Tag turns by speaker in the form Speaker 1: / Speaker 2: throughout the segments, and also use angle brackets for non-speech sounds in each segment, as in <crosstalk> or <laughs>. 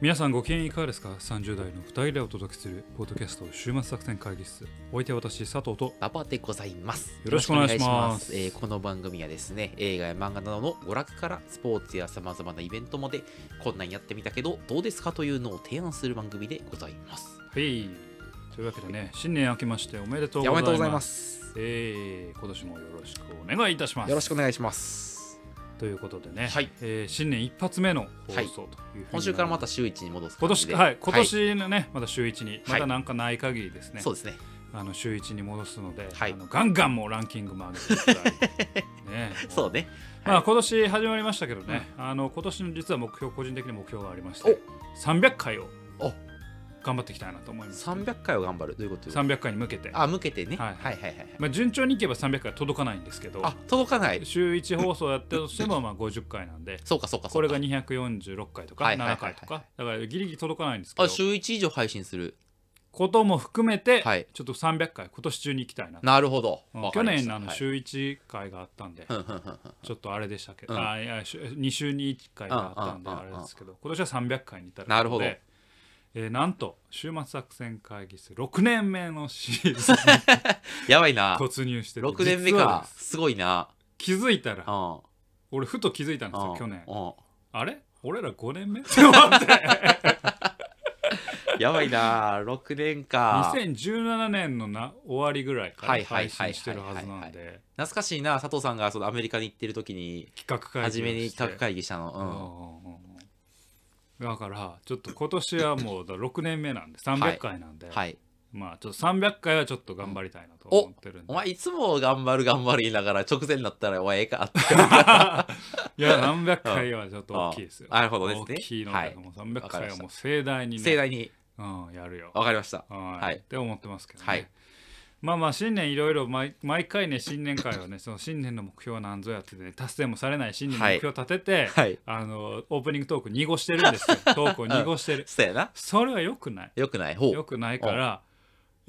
Speaker 1: 皆さんご機嫌いかがですか ?30 代の2人でお届けするポッドキャスト週末作戦会議室お相手は私佐藤と
Speaker 2: 馬場でございます。
Speaker 1: よろしくお願いします
Speaker 2: よろくお願いしえーこの番組はですね、映画や漫画などの娯楽からスポーツやさまざまなイベントまで、こんなんやってみたけど、どうですかというのを提案する番組でございます。
Speaker 1: はいというわけでね新年明けましておめでとう
Speaker 2: い
Speaker 1: ご
Speaker 2: やお
Speaker 1: ざ
Speaker 2: め
Speaker 1: い
Speaker 2: で
Speaker 1: ます
Speaker 2: とうございます。
Speaker 1: えー今年もよろしくお願いいたします
Speaker 2: よろしくお願いします。
Speaker 1: ということでね、
Speaker 2: はい
Speaker 1: えー新年一発目の放送というふうになります
Speaker 2: 今週からまた週一に戻す
Speaker 1: 今
Speaker 2: 感じ
Speaker 1: 年
Speaker 2: で。
Speaker 1: はい今年のね、まだ週一にま
Speaker 2: は
Speaker 1: だ
Speaker 2: い
Speaker 1: なんかない限りですね、
Speaker 2: そうですね。
Speaker 1: あの週一に戻すので、
Speaker 2: はい
Speaker 1: あのガンガンもうランキングも上げ
Speaker 2: <laughs>
Speaker 1: ていただいてね
Speaker 2: そうね。
Speaker 1: まあ今年始まりましたけどね、あの今年の実は目標個人的に目標がありまし
Speaker 2: お
Speaker 1: て300回を
Speaker 2: お
Speaker 1: 頑張っていきたいなと思います
Speaker 2: 300回を頑張る。どういうこと
Speaker 1: 300回に向けて
Speaker 2: あ、向けてね。
Speaker 1: は
Speaker 2: はいいはいはいはい。
Speaker 1: まあ、順調にいけば300回届かないんですけど
Speaker 2: あ、届かない。
Speaker 1: 週1放送やったとしてもまあ50回なんで
Speaker 2: そうかそうかそ
Speaker 1: こ
Speaker 2: うか。
Speaker 1: れが246回とか
Speaker 2: はいはいはい
Speaker 1: 7
Speaker 2: は
Speaker 1: 回
Speaker 2: い
Speaker 1: とかだからギリギリ届かないんですけど
Speaker 2: あ、週一以上配信する。
Speaker 1: ことも含めて
Speaker 2: はい
Speaker 1: ちょっと300回今年中に行きたいなと
Speaker 2: なるほど。
Speaker 1: うん
Speaker 2: わか
Speaker 1: 去
Speaker 2: りまし
Speaker 1: 年
Speaker 2: た
Speaker 1: のあの
Speaker 2: はい
Speaker 1: 週1回があったんで
Speaker 2: ふんふんふんふん
Speaker 1: ちょっとあれでしたけど、
Speaker 2: うん
Speaker 1: あいやし2週に1回があったんで
Speaker 2: うんう
Speaker 1: あ
Speaker 2: んうんう
Speaker 1: れ
Speaker 2: ん
Speaker 1: ですけど今年は300回に至る
Speaker 2: なるほど
Speaker 1: で、えーなんと週末作戦会議室6年目のシーズンに
Speaker 2: やばいな。
Speaker 1: 突入してて
Speaker 2: 6年目
Speaker 1: 実は
Speaker 2: か
Speaker 1: で。す
Speaker 2: すごいな。
Speaker 1: 気づいたら
Speaker 2: うん。
Speaker 1: 俺ふと気づいたんですよ去年
Speaker 2: う
Speaker 1: あれ俺ら5年目っ
Speaker 2: <laughs>
Speaker 1: て思 <laughs> って
Speaker 2: んやばいな6年 <laughs> か
Speaker 1: 2017年のな終わりぐらいか
Speaker 2: は
Speaker 1: ら
Speaker 2: いは
Speaker 1: 配
Speaker 2: いはいはいはい
Speaker 1: 信してるはずなんで
Speaker 2: 懐かしいな佐藤さんがそのアメリカに行ってる時に
Speaker 1: 企画会議をし
Speaker 2: 初
Speaker 1: て
Speaker 2: めに企画会議した
Speaker 1: うんうん
Speaker 2: の
Speaker 1: うんうんだからちょっと今年はもうだ6年目なんで300回なんで、
Speaker 2: うんはい
Speaker 1: まあちょっと300回はちょっと頑張りたいなと思ってるんで。
Speaker 2: お前いつも頑張る頑張る言いながら直前になったらお前ええかっ
Speaker 1: い
Speaker 2: て
Speaker 1: や、300回はちょっと大きいですよ。
Speaker 2: あなるほどですね
Speaker 1: 大きいので、
Speaker 2: はい
Speaker 1: もう300回はもう盛大にね、
Speaker 2: 盛大に
Speaker 1: うん、やるよ。
Speaker 2: わかりました
Speaker 1: はい
Speaker 2: はい
Speaker 1: って思ってますけどね。
Speaker 2: はい
Speaker 1: まあまあ新年いろいろ毎毎回ね新年会はねその新年の目標は何ぞやっててね達成もされない新年の目標を立てて、
Speaker 2: はい
Speaker 1: あのオープニングトーク濁してるん
Speaker 2: <laughs>
Speaker 1: ですよトークを濁してる
Speaker 2: そうやな
Speaker 1: それはよくない
Speaker 2: よくないほう
Speaker 1: よくないから、えー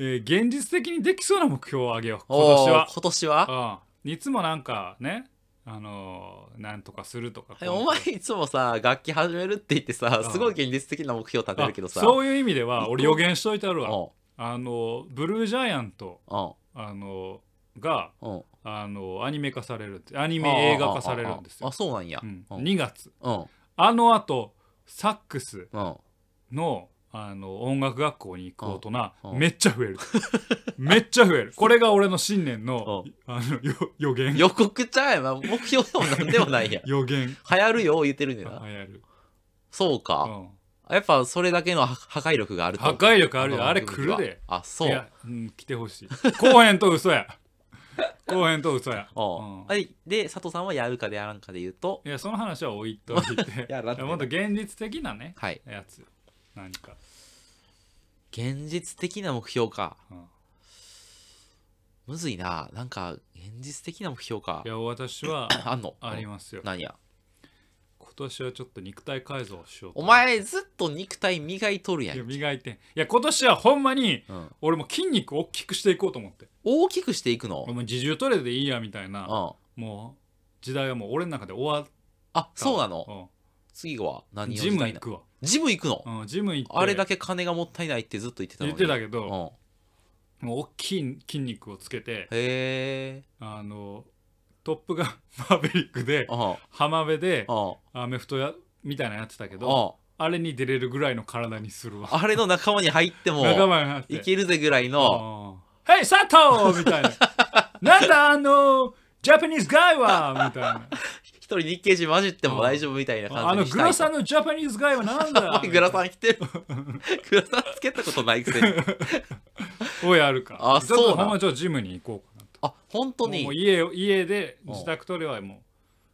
Speaker 1: 現実的にできそうな目標を上げよう今
Speaker 2: おー
Speaker 1: 年は
Speaker 2: 今年は
Speaker 1: うん、いつもなんかねあのーなんとかするとか
Speaker 2: はいお前いつもさ楽器始めるって言ってさ
Speaker 1: うん
Speaker 2: すごい現実的な目標立てるけどさ
Speaker 1: あそういう意味では俺予言しといてあるわ
Speaker 2: う
Speaker 1: あのーブルージャイアント
Speaker 2: んうん
Speaker 1: あのーが
Speaker 2: うん
Speaker 1: あのーアニメ化されるってアニメ映画化されるんです
Speaker 2: あ
Speaker 1: よ、
Speaker 2: そうなんや
Speaker 1: う
Speaker 2: うんん、
Speaker 1: 2月
Speaker 2: うん
Speaker 1: あのあとサックス
Speaker 2: うん
Speaker 1: のあの音楽学校に行く大
Speaker 2: うん
Speaker 1: 人
Speaker 2: うん
Speaker 1: めっちゃ増えるめっちゃ増
Speaker 2: <laughs>
Speaker 1: えるこれが俺の新年の
Speaker 2: うん
Speaker 1: あのよ予言
Speaker 2: 予告ちゃうやんまあ目標でもなんでもないやん <laughs>
Speaker 1: 予言
Speaker 2: 流行るよ言ってるんだ
Speaker 1: 流
Speaker 2: よな
Speaker 1: 行る、
Speaker 2: そう
Speaker 1: う
Speaker 2: か、
Speaker 1: ん、
Speaker 2: やっぱそれだけの破壊力があると
Speaker 1: 破壊力ある
Speaker 2: この
Speaker 1: よあれ
Speaker 2: 番
Speaker 1: 来
Speaker 2: 組
Speaker 1: る
Speaker 2: は
Speaker 1: で
Speaker 2: あそ
Speaker 1: いうや、うん、来てほしい。 <laughs> 後編と嘘や。 <laughs> 後編と嘘や。
Speaker 2: おう
Speaker 1: うん
Speaker 2: はいで佐藤さんはやるかでやらんかで言うと。
Speaker 1: いや、その話は置いといて
Speaker 2: <laughs> やらんって
Speaker 1: もっと現実的なね、
Speaker 2: はい
Speaker 1: やつ。何か。
Speaker 2: 現実的な目標か
Speaker 1: うん
Speaker 2: むずいななんか現実的な目標か
Speaker 1: いや、私は
Speaker 2: あんの
Speaker 1: ありますよ。
Speaker 2: 何や
Speaker 1: 今年はちょっと肉体改造をしようと
Speaker 2: お前ずっと肉体磨いとるや
Speaker 1: いや
Speaker 2: ん、
Speaker 1: 磨いて。いや、今年はほんまに、
Speaker 2: うん、
Speaker 1: 俺も筋肉を大きくしていこうと思って。
Speaker 2: 大きくしていくの
Speaker 1: 俺も自重トレでいいやみたいな、
Speaker 2: うん
Speaker 1: もう、時代はもう俺の中で終わっ
Speaker 2: あ
Speaker 1: た。
Speaker 2: そうなの次は
Speaker 1: う
Speaker 2: 何
Speaker 1: ん
Speaker 2: を
Speaker 1: ジム行
Speaker 2: の
Speaker 1: くわ。
Speaker 2: ジム行くの
Speaker 1: うんジム行って。
Speaker 2: あれだけ金がもったいないってずっと言ってたの
Speaker 1: 言
Speaker 2: に
Speaker 1: ってたけど、
Speaker 2: うん
Speaker 1: もう大きい筋肉をつけて
Speaker 2: へえ。
Speaker 1: あのトップガン <laughs> マーベリックで
Speaker 2: あ
Speaker 1: 浜辺で
Speaker 2: あ。あ
Speaker 1: アメフトやみたいなのやってたけど
Speaker 2: あ。
Speaker 1: あれに出れるぐらいの体にするわ
Speaker 2: あれの仲間に入って
Speaker 1: 仲
Speaker 2: も、
Speaker 1: 間になって
Speaker 2: いけるぜぐらい
Speaker 1: う
Speaker 2: の、
Speaker 1: んヘイ佐藤!」みたいな <laughs> 「なんだあのジャパニーズガイは!」みたいな
Speaker 2: 一人日系人混じっても大丈夫みたいな
Speaker 1: 「あ
Speaker 2: 感じ
Speaker 1: の
Speaker 2: にし
Speaker 1: グ
Speaker 2: たい。
Speaker 1: ラさんのジャパニーズガイはなん
Speaker 2: お
Speaker 1: だ?」
Speaker 2: 前 <laughs> グラサン来てる。グラサンつけたことないくせに。
Speaker 1: をやるから
Speaker 2: あ
Speaker 1: ちょっと
Speaker 2: そうな
Speaker 1: ほんまちょっとジムに行こうかなと
Speaker 2: あ、本当
Speaker 1: もう
Speaker 2: に。
Speaker 1: 家を家で自宅トレはもう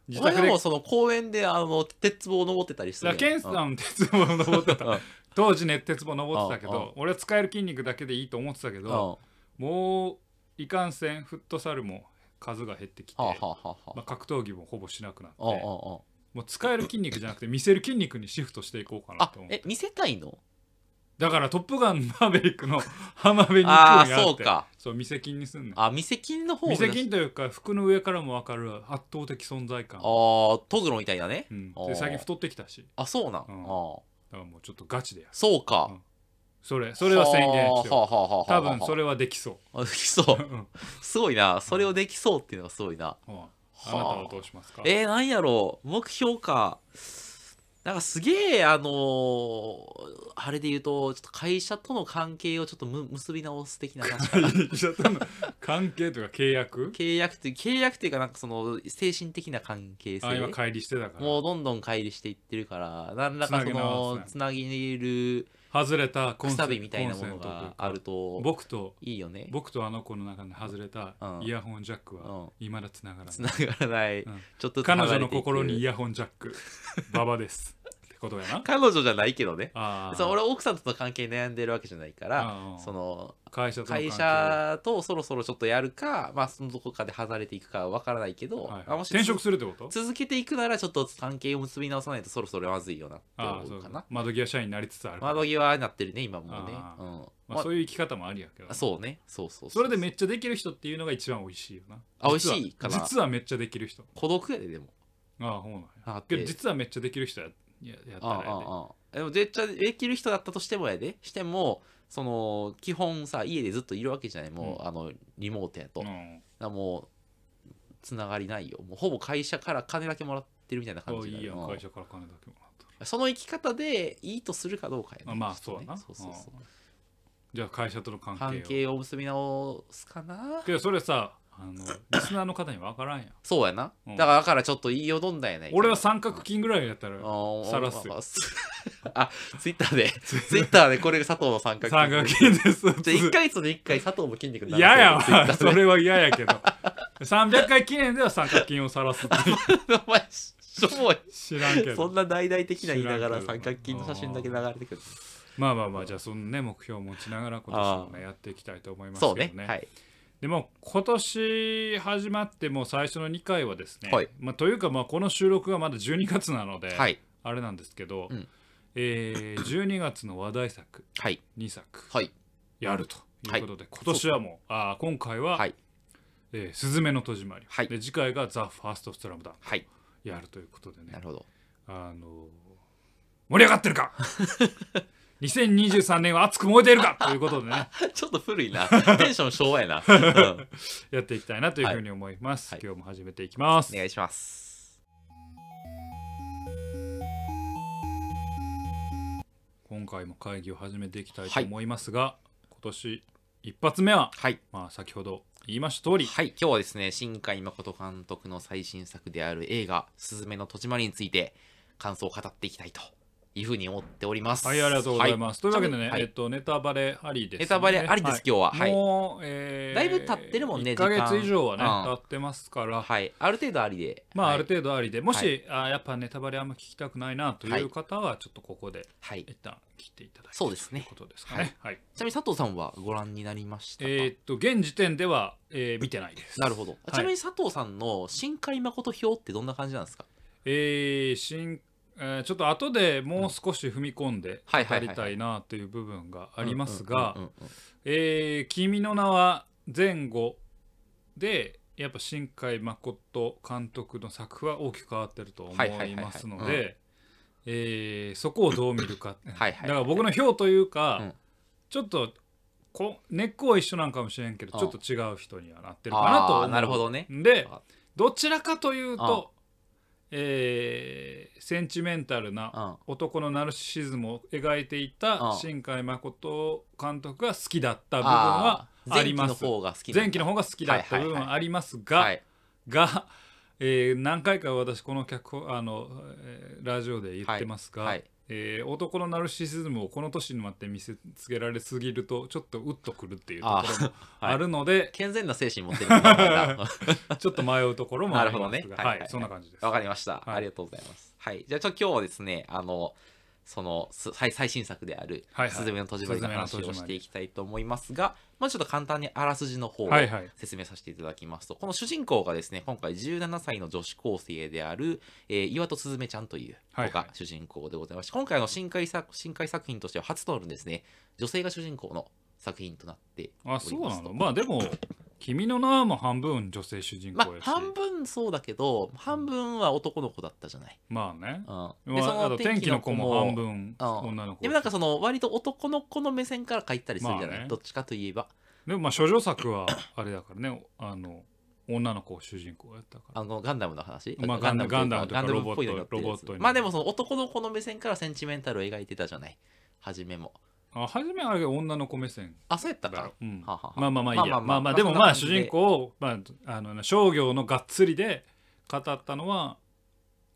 Speaker 1: 自
Speaker 2: 俺
Speaker 1: 宅
Speaker 2: で
Speaker 1: で
Speaker 2: もその公園で、あの、鉄棒登ってたりする
Speaker 1: だ
Speaker 2: やん。
Speaker 1: ケンさん鉄棒登ってた当時ね鉄棒登ってたけ
Speaker 2: うんうん
Speaker 1: ど俺は使える筋肉だけでいいと思ってたけ
Speaker 2: うん。うん
Speaker 1: ど
Speaker 2: は
Speaker 1: もういかんせんフットサルも数が減ってきて
Speaker 2: あはあはあはあ
Speaker 1: まあ格闘技もほぼしなくなって
Speaker 2: うんうん
Speaker 1: も
Speaker 2: うん
Speaker 1: う使える筋肉じゃなくて見せる筋肉にシフトしていこうかな
Speaker 2: あ
Speaker 1: と思う
Speaker 2: え見せたいの
Speaker 1: だから「トップガンマーヴェリック」の浜辺に行
Speaker 2: あ
Speaker 1: くん
Speaker 2: ー
Speaker 1: や
Speaker 2: そ
Speaker 1: っ
Speaker 2: う
Speaker 1: て
Speaker 2: か
Speaker 1: そう見せ筋にすんねん
Speaker 2: あ見せ金の方
Speaker 1: 見
Speaker 2: が
Speaker 1: せ筋というか服の上からも分かる圧倒的存在感
Speaker 2: ああトグロみたいだね
Speaker 1: うん
Speaker 2: あ
Speaker 1: で
Speaker 2: ー
Speaker 1: 最近太ってきたし
Speaker 2: あそうなん
Speaker 1: うん
Speaker 2: あ
Speaker 1: からもうちょっとガチでやる
Speaker 2: そうか。
Speaker 1: それそれは宣言して
Speaker 2: は
Speaker 1: よ
Speaker 2: あはあはあはあ
Speaker 1: 多分そ
Speaker 2: <laughs> れ。
Speaker 1: れはできそう
Speaker 2: あできそうう。
Speaker 1: ん
Speaker 2: すごいな。それをできそうっていうのがすごいな。
Speaker 1: うんあなたはどうしますか
Speaker 2: えー、なんやろう。目標か。なんかすげえ、あのーあれで言うと、ちょっと会社との関係をちょっとむ結び直す的な
Speaker 1: <laughs>
Speaker 2: 話かな。
Speaker 1: 会社との関係とか契約
Speaker 2: 契約っていう、契約っていうか、なんかその、精神的な関係性。
Speaker 1: あ今乖離してたか
Speaker 2: も
Speaker 1: ら
Speaker 2: うどんどん乖離していってるから、何らかその、つ
Speaker 1: つ
Speaker 2: なぎる
Speaker 1: 外れたコンセ
Speaker 2: くさびみたいなも
Speaker 1: コ
Speaker 2: の
Speaker 1: ンセントという
Speaker 2: が
Speaker 1: か
Speaker 2: あると、
Speaker 1: 僕と
Speaker 2: いいよね。
Speaker 1: 僕とあの子の中で外れた
Speaker 2: うん
Speaker 1: イヤホンジャック
Speaker 2: う
Speaker 1: は未だつながら
Speaker 2: つ
Speaker 1: ない
Speaker 2: ながらない、
Speaker 1: うん
Speaker 2: ちょっと
Speaker 1: 彼女の心にイ
Speaker 2: 嫌
Speaker 1: ヤホンジャック馬場ですってことやな
Speaker 2: 彼女じゃないけどね
Speaker 1: あー
Speaker 2: そう俺奥さんとの関係悩んでるわけじゃないから
Speaker 1: あー
Speaker 2: その
Speaker 1: 会社との関係
Speaker 2: 会社とそろそろちょっとやるかまあそのどこかで離れていくかわからないけど、
Speaker 1: はい
Speaker 2: あ
Speaker 1: はい
Speaker 2: もし
Speaker 1: 転職するってこと
Speaker 2: 続けていくならちょっと関係を結び直さないとそろそろまずいよなって
Speaker 1: ああ
Speaker 2: 思
Speaker 1: そう
Speaker 2: うか
Speaker 1: か
Speaker 2: な
Speaker 1: 窓際社員になりつつあるから
Speaker 2: 窓際になってるね今もね
Speaker 1: あ
Speaker 2: う
Speaker 1: ー
Speaker 2: ん
Speaker 1: ま
Speaker 2: ま
Speaker 1: あ、そういう生き方もありやけど
Speaker 2: あそうねそうそう
Speaker 1: それで
Speaker 2: め
Speaker 1: めっちゃできる人っていうのが一番美味しいよな
Speaker 2: あ美味
Speaker 1: 実は
Speaker 2: しいかな
Speaker 1: 実はめっちゃできる人
Speaker 2: 孤独やででも
Speaker 1: ああほうなんや
Speaker 2: あ
Speaker 1: けど実はめっちゃできる人やややった
Speaker 2: ああ
Speaker 1: らやで
Speaker 2: ああでも絶対できる人だったとしてもやでしてもその基本さ家でずっといるわけじゃないもう、あのリモートやと、
Speaker 1: う
Speaker 2: だか
Speaker 1: ん
Speaker 2: らもうつながりないよもうほぼ会社から金だけもらってるみたいな感
Speaker 1: あ
Speaker 2: じ
Speaker 1: い
Speaker 2: にないる
Speaker 1: やん
Speaker 2: うん
Speaker 1: 会社から金だけもらったら
Speaker 2: その生き方でいいとするかどうかやね
Speaker 1: あまあそうやな
Speaker 2: ちょっとねそうそうそう
Speaker 1: じゃあ会社との関係を
Speaker 2: 関係を結び直すかな
Speaker 1: けどそれさあのリスナーの方に分からんやん
Speaker 2: そうやな、
Speaker 1: うん
Speaker 2: だからだからちょっと言いよどんだよね
Speaker 1: 俺は三角筋ぐらいやったら
Speaker 2: さ
Speaker 1: 晒すよ
Speaker 2: あツイッターでツイッターでこれが佐藤の三角
Speaker 1: 三角筋です
Speaker 2: <laughs> じゃあ1ヶ月で1回佐藤も筋肉にな
Speaker 1: 嫌や
Speaker 2: ツイッ
Speaker 1: わ
Speaker 2: タ
Speaker 1: そ
Speaker 2: ーで。
Speaker 1: れは嫌やけど300回記念では三角筋を晒すって
Speaker 2: <laughs> お前、しょぼい。
Speaker 1: 知らんけ
Speaker 2: そ
Speaker 1: ど
Speaker 2: んな大々的な言いながら
Speaker 1: 知らん
Speaker 2: 三
Speaker 1: けど
Speaker 2: 角筋の写真だけ流れてくる。
Speaker 1: まあまあまあじゃあそのね目標を持ちながら今年もねやっていきたいと思いますけ
Speaker 2: そ
Speaker 1: ど
Speaker 2: うね。
Speaker 1: ね
Speaker 2: はい。
Speaker 1: でも今年始まってもう最初の2回はですね、
Speaker 2: はい
Speaker 1: まあ、というかまあこの収録がまだ12月なので、
Speaker 2: はい。
Speaker 1: あれなんですけど、
Speaker 2: うん
Speaker 1: えー12月の話題作
Speaker 2: はい。
Speaker 1: 2作
Speaker 2: はい。
Speaker 1: やるということで、今年はもうあー今回は、
Speaker 2: はい。
Speaker 1: えーすずめの戸締まり」
Speaker 2: はい
Speaker 1: で次回が「ザ・ファーストストラムダン
Speaker 2: はい。」
Speaker 1: やるということでね
Speaker 2: な
Speaker 1: <laughs>
Speaker 2: るほど。
Speaker 1: あのー盛り上がってる
Speaker 2: <laughs>
Speaker 1: か2023年は熱く燃えているかということでね
Speaker 2: ちょっと古いな。テンション昭和
Speaker 1: <laughs>
Speaker 2: やな。うん
Speaker 1: やっていきたいなというふうに思います、
Speaker 2: はい
Speaker 1: 今日も始めていきます
Speaker 2: お、願いします。
Speaker 1: 今回も会議を始めていきたいと思いますが、今年一発目は、
Speaker 2: はい。
Speaker 1: まあ、先ほど言いました通り、
Speaker 2: はい。今日はですね、新海誠監督の最新作である映画、すずめの戸締まりについて、感想を語っていきたいというふうに思っております。
Speaker 1: はい、ありがとうございます。というわけでね、
Speaker 2: はい
Speaker 1: えっと、ネタバレありです、ね。
Speaker 2: ネタバレありです、今日は。
Speaker 1: は。
Speaker 2: はいい。
Speaker 1: もう、えー
Speaker 2: だいぶ経ってるもんね
Speaker 1: 1ヶ
Speaker 2: 時間
Speaker 1: 月以上はね、
Speaker 2: うん
Speaker 1: 経ってますから、
Speaker 2: はい。ある程度ありで。
Speaker 1: まあ、
Speaker 2: はい
Speaker 1: ある程度ありで、も
Speaker 2: は
Speaker 1: し、あーやっぱネタバレあんま聞きたくないなという方は、ちょっとここで
Speaker 2: はい。
Speaker 1: 一旦切っていただきた
Speaker 2: そ
Speaker 1: いう
Speaker 2: ですね
Speaker 1: ということですかね。はい。
Speaker 2: ちなみに佐藤さんはご覧になりましたか、
Speaker 1: えーっと、現時点では、えー見てないです。
Speaker 2: なるほど、
Speaker 1: い
Speaker 2: ちなみに佐藤さんの新海誠表ってどんな感じなんですか
Speaker 1: えー新えーちょっと後でもう少し踏み込んで
Speaker 2: はいは
Speaker 1: 語
Speaker 2: いはい
Speaker 1: りたいなという部分がありますが
Speaker 2: うんうんうんうん
Speaker 1: 「えー君の名は」前後でやっぱ新海誠監督の作風は大きく変わってると思
Speaker 2: はいはいはい
Speaker 1: い
Speaker 2: はい
Speaker 1: ますの
Speaker 2: うん
Speaker 1: でえーそこをどう見るか
Speaker 2: はいはい
Speaker 1: だから僕の評というか、
Speaker 2: うん
Speaker 1: ちょっとこ根っこは一緒なんかもしれんけど
Speaker 2: うん
Speaker 1: ちょっと違う人にはなってるかなと思
Speaker 2: あ
Speaker 1: う
Speaker 2: ーなるほどね
Speaker 1: で
Speaker 2: あ
Speaker 1: どちらかというと、えーセンチメンタルな
Speaker 2: うん
Speaker 1: 男のナルシシズムを描いていうた
Speaker 2: ん
Speaker 1: 新海誠監督が好きだった部分は
Speaker 2: あー
Speaker 1: あります
Speaker 2: 前期の方が好きなんだ
Speaker 1: 前期の方が好きだった部分はありますが、
Speaker 2: はい
Speaker 1: が、えー何回か私この脚本あの、えーラジオで言ってますが、
Speaker 2: はいはい
Speaker 1: えー男のナルシシズムをこの年になって見せつけられすぎるとちょっとウッとくるっていうところもあるので、
Speaker 2: <laughs> 健全な精神持ってるなお前
Speaker 1: <laughs>
Speaker 2: ら
Speaker 1: ちょっと迷うところもありますが、
Speaker 2: <laughs> なるほどねはい
Speaker 1: は
Speaker 2: はい
Speaker 1: い、
Speaker 2: はい
Speaker 1: そんな感じです。
Speaker 2: わかりました、
Speaker 1: はい
Speaker 2: ありがとうございますはいじゃあちょっと今日はですねあのそのす最最新作である
Speaker 1: はいはい
Speaker 2: 「すずめの戸締まり」の話
Speaker 1: すずめの戸締まり
Speaker 2: をしていきたいと思いますがまあちょっと簡単にあらすじの方を
Speaker 1: はいはい
Speaker 2: 説明させていただきますとこの主人公がですね今回17歳の女子高生である、えー岩戸すずめちゃんという
Speaker 1: はい
Speaker 2: 子
Speaker 1: はい
Speaker 2: が主人公でございまして、今回の新海作新海作品としては初となるんですね女性が主人公の作品となっており
Speaker 1: あ
Speaker 2: ます
Speaker 1: そうな
Speaker 2: と
Speaker 1: のまあでも君の名はもう半分女性主人
Speaker 2: まあ
Speaker 1: 公やし、
Speaker 2: 半分そうだけど半分は男の子だったじゃない、
Speaker 1: まあね
Speaker 2: うん、
Speaker 1: まあ、あと天気の子も半分
Speaker 2: うん
Speaker 1: 女の子
Speaker 2: でもなんかその割と男の子の目線から書いたりするじゃない、
Speaker 1: まあね
Speaker 2: どっちかといえば
Speaker 1: でもまあ処女作はあれだからねあの女の子を主人公やったから
Speaker 2: あのガンダムの話、
Speaker 1: まあガンダム
Speaker 2: というかガンダム
Speaker 1: ガンダムとか
Speaker 2: っぽいのになってるやつ
Speaker 1: ロボットロボットに
Speaker 2: まあでもその男の子の目線からセンチメンタルを描いてたじゃない初めも
Speaker 1: あ初めはあれが女の子目線
Speaker 2: あそうやった
Speaker 1: だか、
Speaker 2: から
Speaker 1: うん
Speaker 2: はあはあ
Speaker 1: まあまあまあいいやま
Speaker 2: ま
Speaker 1: あ
Speaker 2: あ
Speaker 1: ま
Speaker 2: ま
Speaker 1: あ
Speaker 2: あまあ
Speaker 1: でもまあ
Speaker 2: そ
Speaker 1: 主
Speaker 2: んな感じで
Speaker 1: 人公を、まあ、あの商業のがっつりで語ったのは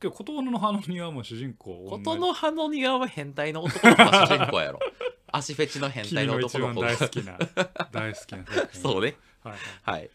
Speaker 1: けど琴の葉の庭も主人公
Speaker 2: 琴の葉の庭は変態の男の子が主人公やろ足フェチの変
Speaker 1: 君
Speaker 2: 態
Speaker 1: の
Speaker 2: の男
Speaker 1: 一
Speaker 2: の
Speaker 1: 番
Speaker 2: 子が
Speaker 1: <laughs> 大好きな大好きな作品
Speaker 2: <laughs> そうね
Speaker 1: はいはい
Speaker 2: はい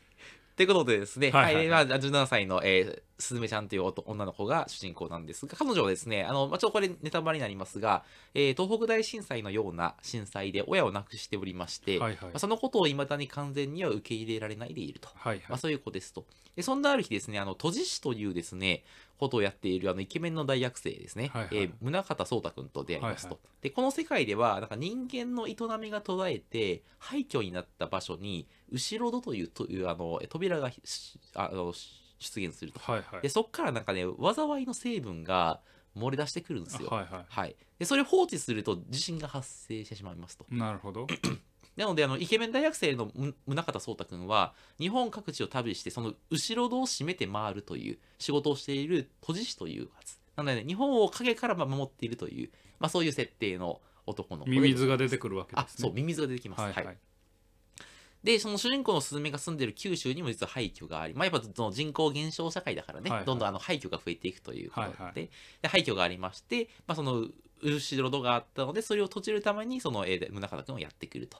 Speaker 2: ということでですね、
Speaker 1: はい
Speaker 2: は
Speaker 1: はいいはい
Speaker 2: まあ、17歳の、えーすずめちゃんという男女の子が主人公なんですが、彼女はですね、あのまあ、ちょっとこれネタバレになりますが、えー東北大震災のような震災で親を亡くしておりまして、
Speaker 1: はいはい
Speaker 2: まあ、そのことを未だに完全には受け入れられないでいると。
Speaker 1: はい
Speaker 2: ま
Speaker 1: は
Speaker 2: あ、
Speaker 1: い
Speaker 2: そういう子ですと。でそんなある日ですね、あの都知事というですね、ことをやっているあのイケメンの大学生ですね、
Speaker 1: はいはい
Speaker 2: えー宗像壮太君と出会いますと。
Speaker 1: はい
Speaker 2: で、この世界では、なんか人間の営みが途絶えて、廃墟になった場所に、後ろ戸というというあのえ扉がひしあのし出現すると。
Speaker 1: はいはい
Speaker 2: で、そっからなんかね、災いの成分が漏れ出してくるんですよ。
Speaker 1: はいは
Speaker 2: はい、でそれを放置すると地震が発生してしまいますと。
Speaker 1: いなるほ
Speaker 2: <clears throat>
Speaker 1: ど
Speaker 2: なのであのイケメン大学生のむ宗像壮太君は日本各地を旅してその後ろ戸を閉めて回るという仕事をしている都知事というやつなので、ね、日本を影からまあ守っているという、まあ、そういう設定の男の子で
Speaker 1: ミミズが出てくるわけで
Speaker 2: あ
Speaker 1: す
Speaker 2: そう
Speaker 1: ね
Speaker 2: ミミズが出てきます、
Speaker 1: はいは
Speaker 2: はい
Speaker 1: い
Speaker 2: でその主人公のスズメが住んでる九州にも実は廃墟があり、まあ、やっぱその人口減少社会だからね、
Speaker 1: はいはい
Speaker 2: どんどんあの廃墟が増えていくということで,、
Speaker 1: はいはい
Speaker 2: で廃墟がありまして、まあ、その後ろ戸があったのでそれを閉じるためにそのえー宗像君をやってくると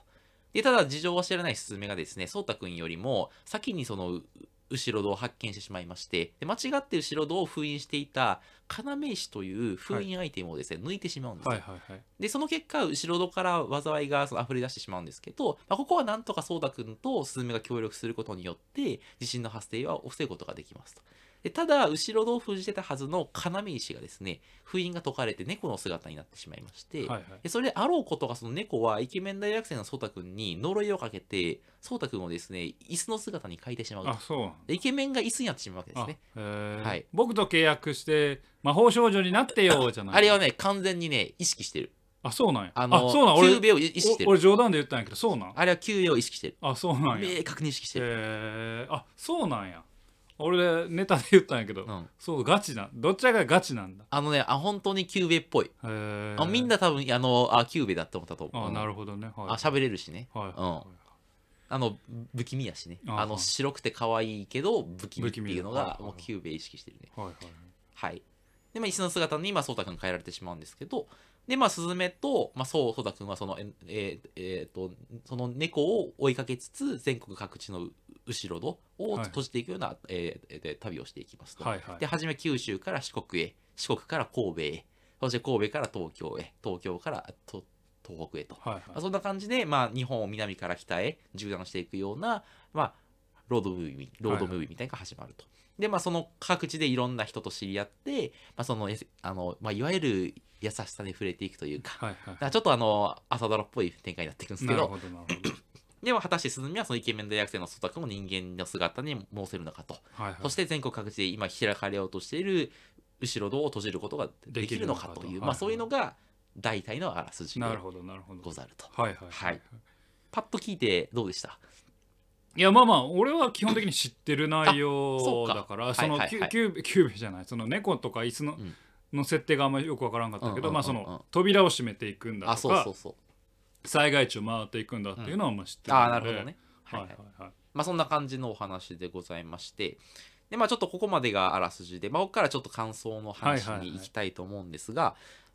Speaker 2: でただ事情は知らないスズメがですね颯太君よりも先にそのう後ろ戸を発見してしまいましてで間違って後ろ戸を封印していた要石という封印アイテムをですね、抜いてしまうんですよ
Speaker 1: はいはいはい
Speaker 2: でその結果後ろ戸から災いがその溢れ出してしまうんですけど、まあ、ここはなんとか颯太君とスズメが協力することによって地震の発生は防ぐことができますとでただ後ろ戸を封じてたはずの要石がですね封印が解かれて猫の姿になってしまいまして、
Speaker 1: はいはい
Speaker 2: でそれであろうことがその猫はイケメン大学生の颯太君に呪いをかけて颯太君をですね椅子の姿に変えてしまうと
Speaker 1: あそうなんだ
Speaker 2: でイケメンが椅子になってしまうわけですね
Speaker 1: あへー
Speaker 2: はい
Speaker 1: 僕と契約して魔法少女になってよじゃない
Speaker 2: あれはね完全にね意識してる
Speaker 1: あそうなんや
Speaker 2: あの
Speaker 1: あそうなん俺
Speaker 2: 9秒を意識して
Speaker 1: お俺
Speaker 2: る
Speaker 1: 冗談で言ったんやけどそうなん
Speaker 2: あれは9秒を意識してる
Speaker 1: あそうなんや
Speaker 2: 明確に意識してる、
Speaker 1: えー、あそうなんや俺ネタで言ったんやけど、
Speaker 2: うん
Speaker 1: そうガチなどっちらがガチなんだ
Speaker 2: あのねあ本当にキューベっぽい、
Speaker 1: へー
Speaker 2: あみんな多分あのあキューベだって思ったと思う
Speaker 1: あな
Speaker 2: る
Speaker 1: るほどねはい
Speaker 2: あ喋れるしね、
Speaker 1: はいはい
Speaker 2: うん
Speaker 1: はい
Speaker 2: あの不気味やしね
Speaker 1: あ
Speaker 2: あ
Speaker 1: は
Speaker 2: の
Speaker 1: い
Speaker 2: 白くて可愛いけど不気味っていうの
Speaker 1: 不気味
Speaker 2: が
Speaker 1: だ
Speaker 2: もうキューベ意識してるね
Speaker 1: はいはい
Speaker 2: はいでまあ椅子の姿に今颯太君変えられてしまうんですけどでまあスズメと、まあ、そう颯太君はそのええーえーとその猫を追いかけつつ全国各地のう後ろ戸を閉じていくような、えーえーで旅をしていきますと、
Speaker 1: はいはい
Speaker 2: で初め九州から四国へ四国から神戸へそして神戸から東京へ東京からと東北へと、
Speaker 1: はいはい
Speaker 2: まあそんな感じで、まあ、日本を南から北へ縦断していくような、まあ、ロードムービーロードムービーみたいなのが始まると。で、まあ、その各地でいろんな人と知り合って、まあ、そのえあの、まあ、いわゆる優しさに触れていくというか。
Speaker 1: はいは
Speaker 2: だからちょっとあの朝ドラっぽい展開になっていくんです
Speaker 1: い
Speaker 2: け
Speaker 1: なる
Speaker 2: ど
Speaker 1: ほどなるほど
Speaker 2: でも果たしてスズミはそのイケメン大学生の祖拓も人間の姿に戻せるのかと
Speaker 1: はいはい
Speaker 2: そして全国各地で今開かれようとしている後ろ戸を閉じることができるのかと
Speaker 1: でき
Speaker 2: い
Speaker 1: るのか
Speaker 2: う、
Speaker 1: と
Speaker 2: まあ、そういうのが大体のあらすじで
Speaker 1: なるほどなるほど
Speaker 2: ござると。
Speaker 1: はいはい
Speaker 2: はいパッと聞いてどうでした
Speaker 1: いやまあまあ俺は基本的に知ってる内容だから
Speaker 2: あ
Speaker 1: そ
Speaker 2: そうか
Speaker 1: の
Speaker 2: はい
Speaker 1: キ
Speaker 2: は
Speaker 1: ュ
Speaker 2: いはい
Speaker 1: キューベキューベじゃないその猫とか椅子の、
Speaker 2: うん
Speaker 1: の設定があんまりよくわからんかったけ
Speaker 2: うんうんうん
Speaker 1: ど
Speaker 2: うん
Speaker 1: まあその扉を閉めていくんだと
Speaker 2: あ
Speaker 1: か
Speaker 2: そうそうそう
Speaker 1: 災害地を回っていくんだっていうのはまあ知ってるの
Speaker 2: あ
Speaker 1: で
Speaker 2: あなるほどね
Speaker 1: は
Speaker 2: はいい、
Speaker 1: は
Speaker 2: はいい
Speaker 1: はい
Speaker 2: まあそんな感じのお話でございましてでまあちょっとここまでがあらすじでまあここからちょっと感想の話
Speaker 1: はいはいはい
Speaker 2: に行きたいと思うんですが、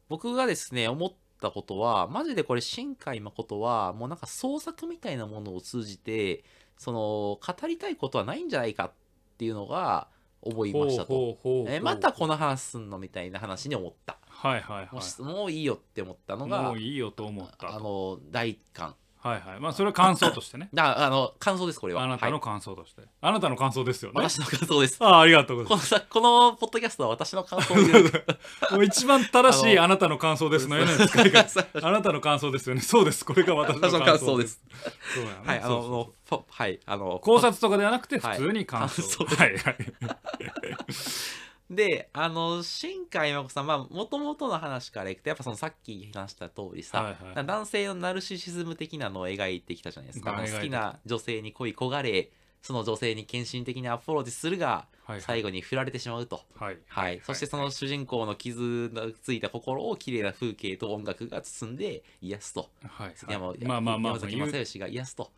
Speaker 2: 僕がですね思ったことはマジでこれ新海誠はもうなんか創作みたいなものを通じてその語りたいことはないんじゃないかっていうのが思いましたと。
Speaker 1: ほうほうほうほう
Speaker 2: えーまたこの話すんのみたいな話に思った、
Speaker 1: はいはい
Speaker 2: も
Speaker 1: は
Speaker 2: うもういいよって思った
Speaker 1: い
Speaker 2: のが
Speaker 1: もういいよと思った
Speaker 2: あ
Speaker 1: と
Speaker 2: の第一巻
Speaker 1: はいはいまあそれは感想としてね
Speaker 2: だあの感想ですこれは
Speaker 1: あなた
Speaker 2: は
Speaker 1: の
Speaker 2: い、
Speaker 1: 感想として、あなたの感想ですよね
Speaker 2: 私の感想です
Speaker 1: ああありがとうござ
Speaker 2: こ
Speaker 1: い
Speaker 2: のさこのポッドキャストは私の感想を言
Speaker 1: <laughs>
Speaker 2: う
Speaker 1: ますもう一番正しいあなたの感想
Speaker 2: <laughs>
Speaker 1: ですのような使い方
Speaker 2: そう
Speaker 1: <laughs> あなたの感想ですよねそうですこれが私の
Speaker 2: 私の
Speaker 1: 感
Speaker 2: 感想
Speaker 1: 想
Speaker 2: で
Speaker 1: です
Speaker 2: す。
Speaker 1: そうやね
Speaker 2: はい、
Speaker 1: そ
Speaker 2: あ
Speaker 1: うそうそう
Speaker 2: の、ポはい、あの、
Speaker 1: 考察とかではなくて
Speaker 2: はい
Speaker 1: 普通に感想、
Speaker 2: 感
Speaker 1: はい、はいはい
Speaker 2: で、あの、新海誠さん、まあ、もともとの話からいくと、やっぱそのさっき話した通りさ、
Speaker 1: はいはい
Speaker 2: な男性のナルシシズム的なのを描いてきたじゃないですか。
Speaker 1: まあ
Speaker 2: あの
Speaker 1: 描いて
Speaker 2: 好
Speaker 1: き
Speaker 2: き
Speaker 1: た
Speaker 2: な女性に恋焦がれ、その女性に献身的にアプローチするが、
Speaker 1: はい
Speaker 2: 最後に振られてしまうと。
Speaker 1: はい
Speaker 2: はい、そしてその主人公の傷のついた心を綺麗な風景と音楽が包んで癒すと。
Speaker 1: はいはい
Speaker 2: 山本
Speaker 1: まあまあまあ
Speaker 2: 山崎
Speaker 1: 言う
Speaker 2: 正義が癒すと。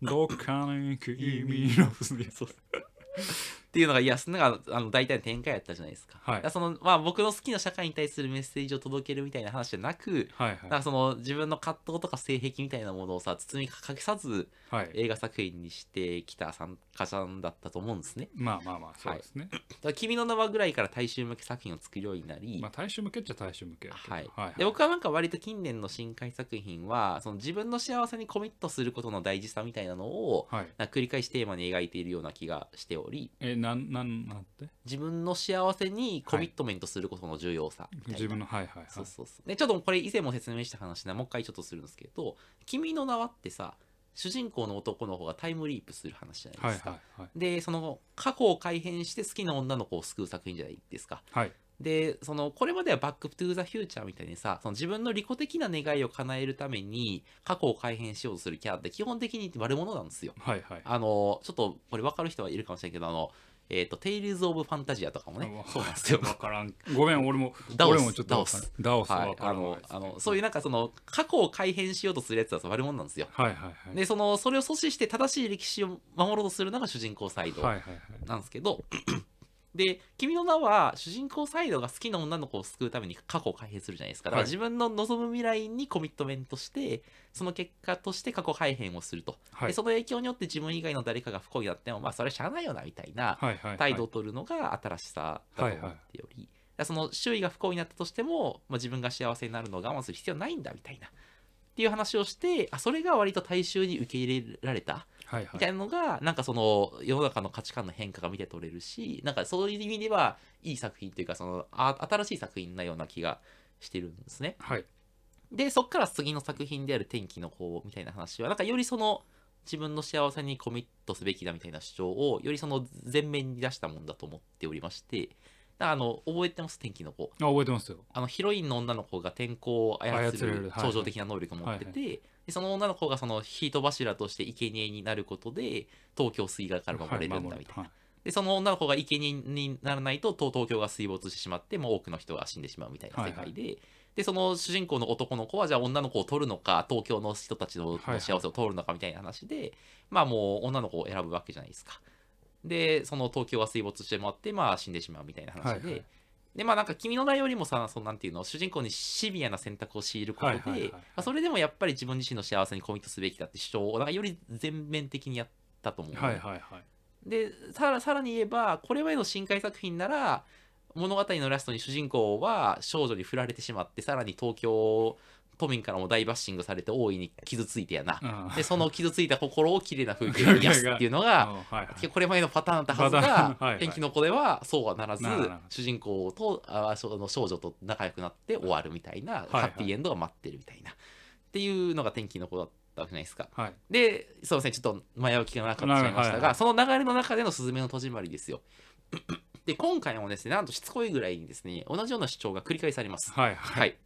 Speaker 1: どっかに君
Speaker 2: <laughs>
Speaker 1: の
Speaker 2: そうっていうのが、いや、そんなのがあの大体の展開やったじゃないですか。
Speaker 1: はい
Speaker 2: だからそのまあ、僕の好きな社会に対するメッセージを届けるみたいな話じゃなく、
Speaker 1: はい
Speaker 2: なん
Speaker 1: はい
Speaker 2: かその自分の葛藤とか性癖みたいなものをさ、包み隠さず
Speaker 1: はい
Speaker 2: 映画作品にしてきた参加者だったと思うんですね。
Speaker 1: まあまあまあそうですね、
Speaker 2: だから君の名はぐらいから大衆向け作品を作るようになり、
Speaker 1: まあ大衆向けっちゃ大衆向けやけど
Speaker 2: はい
Speaker 1: はい
Speaker 2: で僕はなんか割と近年の新海作品はその自分の幸せにコミットすることの大事さみたいなのを
Speaker 1: はい
Speaker 2: なんか繰り返しテーマに描いているような気がしており
Speaker 1: えなんなんなんて
Speaker 2: 自分の幸せにコミットメントすることの重要さみたいな、
Speaker 1: 自分のはいはいはい
Speaker 2: そうそうそうでちょっとこれ以前も説明した話なもう一回ちょっとするんですけど「君の名は」ってさ主人公の男の方がタイムリープする話じゃない
Speaker 1: はい
Speaker 2: ですか、
Speaker 1: はいはい
Speaker 2: でその過去を改変して好きな女の子を救う作品じゃないですか
Speaker 1: はい
Speaker 2: でそのこれまではバック・トゥ・ザ・フューチャーみたいにさその自分の利己的な願いを叶えるために過去を改変しようとするキャラって基本的に悪者なんですよ
Speaker 1: はいはい
Speaker 2: あのちょっとこれ分かる人はいるかもしれんけどあのえっ、と「テイルズ・オブ・ファンタジア」とかもね
Speaker 1: わ
Speaker 2: そうなん
Speaker 1: <laughs>
Speaker 2: ですよ
Speaker 1: わからんごめん俺も
Speaker 2: ダオス
Speaker 1: 俺もちょっとわからんダオス
Speaker 2: は
Speaker 1: わ
Speaker 2: い、
Speaker 1: から
Speaker 2: あ
Speaker 1: ない
Speaker 2: の
Speaker 1: ですね
Speaker 2: あのそういうなんかその過去を改変しようとするやつはさ悪者なんですよ。
Speaker 1: はいはいはい
Speaker 2: でそのそれを阻止して正しい歴史を守ろうとするのが主人公サイド
Speaker 1: はいはいはい
Speaker 2: なんですけど、 <clears throat> で「君の名は」主人公サイドが好きな女の子を救うために過去を改変するじゃないですかだから
Speaker 1: はい
Speaker 2: 自分の望む未来にコミットメントしてその結果として過去改変をすると、
Speaker 1: は
Speaker 2: で
Speaker 1: い
Speaker 2: その影響によって自分以外の誰かが不幸になってもまあそれはしゃあないよなみたいな
Speaker 1: はいはい
Speaker 2: 態度を取るのが新しさだと思っており、だからその周囲が不幸になったとしても、まあ、自分が幸せになるのを我慢する必要ないんだみたいなっていう話をしてあそれが割と大衆に受け入れられた
Speaker 1: はいは
Speaker 2: み
Speaker 1: い
Speaker 2: たいなのが、なんかその世の中の価値観の変化が見て取れるしなんかそういう意味ではいい作品というかそのあ新しい作品なような気がしてるんですね。
Speaker 1: はい
Speaker 2: でそっから次の作品である「天気の子」みたいな話はなんかよりその自分の幸せにコミットすべきだみたいな主張をよりその前面に出したもんだと思っておりましてだからあの覚えてます天気の子
Speaker 1: あ覚えてますよ
Speaker 2: あのヒロインの女の子が天候を操
Speaker 1: 操れ
Speaker 2: る
Speaker 1: るはい
Speaker 2: 超常的な能力を持ってて、
Speaker 1: は
Speaker 2: でその女の子がその火と柱として生贄になることで東京水害から守れるんだみたいな、
Speaker 1: は
Speaker 2: でその女の子が生贄にならないと東東京が水没してしまってもう多くの人が死んでしまうみたいな世界で、でその主人公の男の子はじゃあ女の子を取るのか東京の人たちの
Speaker 1: はいはい
Speaker 2: 幸せを取るのかみたいな話で、まあもう女の子を選ぶわけじゃないですかでその東京は水没してもらってまあ死んでしまうみたいな話で、
Speaker 1: はいはい
Speaker 2: でまあなんか君の名よりもさそのなんていうの主人公にシビアな選択を強いること
Speaker 1: は
Speaker 2: で、
Speaker 1: いはいはいはい
Speaker 2: まあそれでもやっぱり自分自身の幸せにコミットすべきだって主張をなんかより全面的にやったと思う
Speaker 1: い
Speaker 2: のね、
Speaker 1: はいはいはい
Speaker 2: でさらさらに言えばこれまでの深海作品なら物語のラストに主人公は少女に振られてしまってさらに東京都民からも大バッシングされて大いに傷ついてやな
Speaker 1: うん
Speaker 2: でその傷ついた心を綺麗な風景に癒すっていうのが
Speaker 1: あはいはい
Speaker 2: これまでのパターンだったはず
Speaker 1: パターン
Speaker 2: が
Speaker 1: はいはい
Speaker 2: 天気の子ではそうはならず
Speaker 1: ならなかった
Speaker 2: 主人公とあその少女と仲良くなって終わるみたいな
Speaker 1: はい
Speaker 2: ハ
Speaker 1: はい
Speaker 2: ッピーエンドが待ってるみたいなっていうのが天気の子だったわけじゃないですか。
Speaker 1: はい
Speaker 2: で、そうですね、ちょっと前置きがなかったしまいましたが、
Speaker 1: はいはい
Speaker 2: その流れの中での「すずめの戸締まり」ですよ。で、今回もですね、なんとしつこいぐらいにですね、同じような主張が繰り返されます。
Speaker 1: はい
Speaker 2: はい。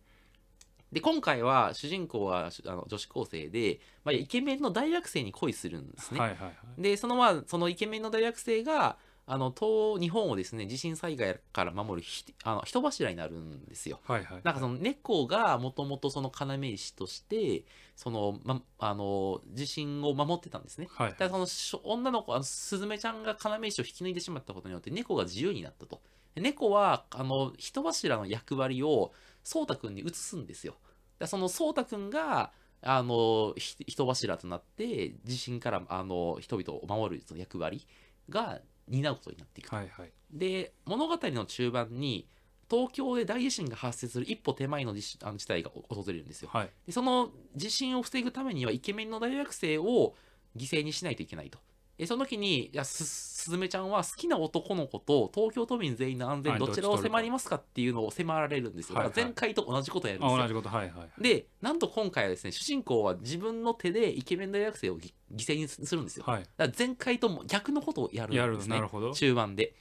Speaker 2: で、今回は主人公はあの女子高生で、まあ、イケメンの大学生に恋するんですね。
Speaker 1: はいはいはい
Speaker 2: で、そのまあ、そのイケメンの大学生が、あの東日本をですね地震災害から守るひあの人柱になるんですよ。
Speaker 1: はいはい
Speaker 2: なんかその猫がもともとその要石としてその、ま、あの地震を守ってたんですね。
Speaker 1: はい
Speaker 2: ただそのしょ女の子あのスズメちゃんが要石を引き抜いてしまったことによって猫が自由になったと。で猫はあの人柱の役割を颯太くんに移すんですよ。だからその颯太くんがあのひ人柱となって地震からあの人々を守るその役割が担うことになっていくと
Speaker 1: はいはい
Speaker 2: で物語の中盤に東京で大地震が発生する一歩手前の地あの事態が訪れるんですよ。
Speaker 1: はい
Speaker 2: でその地震を防ぐためにはイケメンの大学生を犠牲にしないといけないと。えその時にいやすすずめちゃんは好きな男の子と東京都民全員の安
Speaker 1: は
Speaker 2: 全
Speaker 1: い
Speaker 2: どちら
Speaker 1: ど
Speaker 2: を
Speaker 1: っち取るか
Speaker 2: 迫りますかっていうのを迫られるんですよ。
Speaker 1: はい
Speaker 2: だから前回と同じことをやるんです
Speaker 1: あ
Speaker 2: よ。
Speaker 1: 同じことはいはい
Speaker 2: でなんと今回はですね主人公は自分の手でイケメン大学生をぎ犠牲にするんですよ。
Speaker 1: はい
Speaker 2: だから前回とも逆のことをやる
Speaker 1: や
Speaker 2: ん
Speaker 1: る
Speaker 2: です
Speaker 1: な
Speaker 2: ね
Speaker 1: るほど
Speaker 2: 中盤で。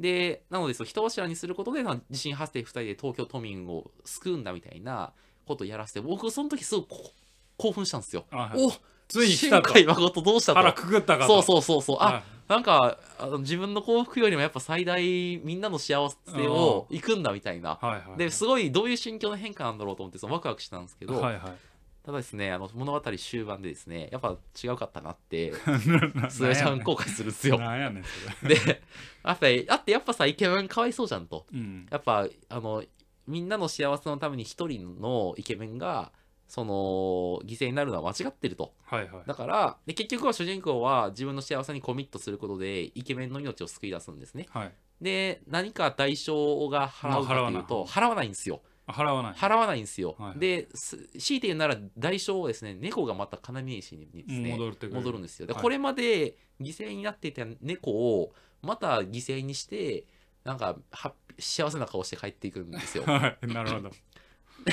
Speaker 2: でなのでそう人柱にすることでまあ地震発生2人で東京都民を救うんだみたいなことをやらせて僕その時すごくこ興奮したんですよ。
Speaker 1: あはい
Speaker 2: お
Speaker 1: ついに来たと
Speaker 2: 新海誠どうした
Speaker 1: 腹
Speaker 2: と
Speaker 1: くぐったかと
Speaker 2: そうそうそうそうあ、
Speaker 1: はい
Speaker 2: なんかあの自分の幸福よりもやっぱ最大みんなの幸せをいくんだみたいな。
Speaker 1: はいはい
Speaker 2: ですごいどういう心境の変化なんだろうと思ってそのワクワクしたんですけど、
Speaker 1: はいはい
Speaker 2: ただですねあの物語終盤でですねやっぱ違うかったなって
Speaker 1: <laughs>
Speaker 2: ス
Speaker 1: そ
Speaker 2: ーちゃん後悔するんですよ。
Speaker 1: なんやねんそ <laughs> れ
Speaker 2: であってあってやっぱさイケメンかわいそうじゃんと
Speaker 1: うん
Speaker 2: やっぱあのみんなの幸せのために一人のイケメンがその犠牲になるのは間違ってると
Speaker 1: はいはい
Speaker 2: だからで結局は主人公は自分の幸せにコミットすることでイケメンの命を救い出すんですね
Speaker 1: はい
Speaker 2: で何か代償が払うかというと払わないんですよ
Speaker 1: あ払わない
Speaker 2: 払わないんですよ、
Speaker 1: はいはい
Speaker 2: です強いて言うなら代償をですね猫がまた要石にですね
Speaker 1: 戻るってくる
Speaker 2: 戻るんですよ。で、
Speaker 1: はい。
Speaker 2: これまで犠牲になっていた猫をまた犠牲にしてなんかハッピ幸せな顔して帰っていくんですよ
Speaker 1: はいなる
Speaker 2: <laughs>
Speaker 1: ほど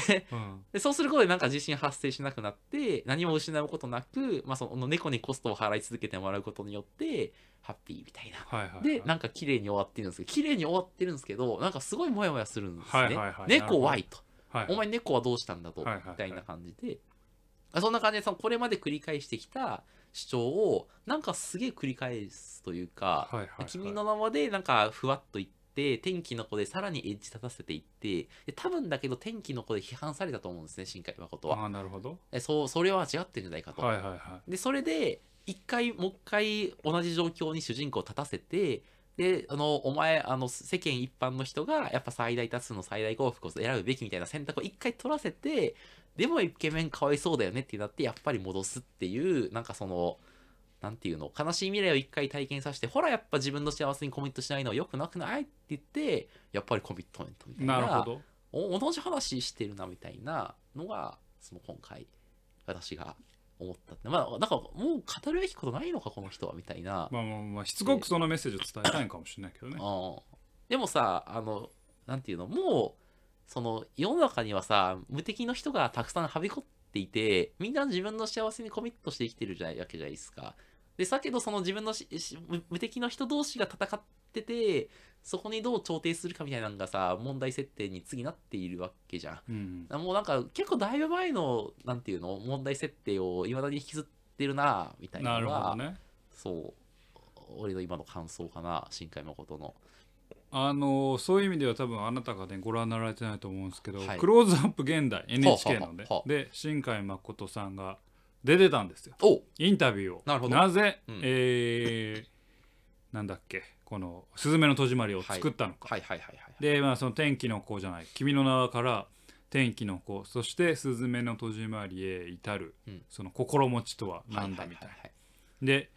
Speaker 2: で
Speaker 1: うん
Speaker 2: でそうすることでなんか地震発生しなくなって何も失うことなく、まあ、その猫にコストを払い続けてもらうことによってハッピーみたいな。
Speaker 1: はいはいはい
Speaker 2: でなんか綺麗に終わってるんですけど綺麗に終わってるんですけどなんかすごいモヤモヤするんですね。
Speaker 1: はいはいはい
Speaker 2: 猫はいと。
Speaker 1: はい
Speaker 2: お前猫はどうしたんだと、
Speaker 1: はいはいはい
Speaker 2: みたいな感じで、あそんな感じでそのこれまで繰り返してきた主張をなんかすげえ繰り返すというか、
Speaker 1: はいはいはい
Speaker 2: 君の名までなんかふわっといって天気の子でさらにエッジ立たせていってで多分だけど天気の子で批判されたと思うんですね新海誠は、
Speaker 1: ああなるほど
Speaker 2: えそうそれは違ってるんじゃないかと、
Speaker 1: はいはいは
Speaker 2: でそれで一回もう一回同じ状況に主人公を立たせてであのお前あの世間一般の人がやっぱ最大多数の最大幸福を選ぶべきみたいな選択を一回取らせてでもイケメンかわいそうだよねってなってやっぱり戻すっていうなんかそのなんていうの悲しい未来を一回体験させてほらやっぱ自分の幸せにコミットしないのは良くなくないって言ってやっぱりコミットメントみた
Speaker 1: い
Speaker 2: いな
Speaker 1: なるほど
Speaker 2: お同じ話してるなみたいなのがその今回私が思ったってまあなんかもう語るべきことないのかこの人はみたいな、
Speaker 1: まあまあまあしつこくそのメッセージを伝えたいんかもしれないけどね
Speaker 2: うんでもさあのなんていうのもうその世の中にはさ無敵の人がたくさんはびこっていてみんな自分の幸せにコミットして生きてるじゃないわけじゃないですかでさけどその自分のしし無無敵の人同士が戦っててそこにどう調停するかみたいなのがさ問題設定に次なっているわけじゃん
Speaker 1: うん
Speaker 2: あもうなんか結構だいぶ前のなんていうの問題設定をいまだに引きずってるなみたいな
Speaker 1: なる
Speaker 2: の
Speaker 1: ほ
Speaker 2: が
Speaker 1: どね
Speaker 2: そう俺の今の感想かな新海誠の
Speaker 1: あのそういう意味では多分あなたがねご覧になられてないと思うんですけど「
Speaker 2: はい
Speaker 1: クローズアップ現代」NHK のね
Speaker 2: はあはあはあ
Speaker 1: で新海誠さんが出てたんですよ
Speaker 2: お
Speaker 1: インタビューを
Speaker 2: なるほど
Speaker 1: ぜ、
Speaker 2: うん
Speaker 1: えーなんだっけこの「すずめの戸締まり」を作ったのか、
Speaker 2: はいはいはいはい
Speaker 1: でまあその「天気の子」じゃない「君の名は」から「天気の子」そして「すずめの戸締まり」へ至る、
Speaker 2: うん
Speaker 1: その心持ちとは
Speaker 2: は
Speaker 1: ないん
Speaker 2: は
Speaker 1: だ
Speaker 2: い
Speaker 1: みたいな。
Speaker 2: はいはい
Speaker 1: で、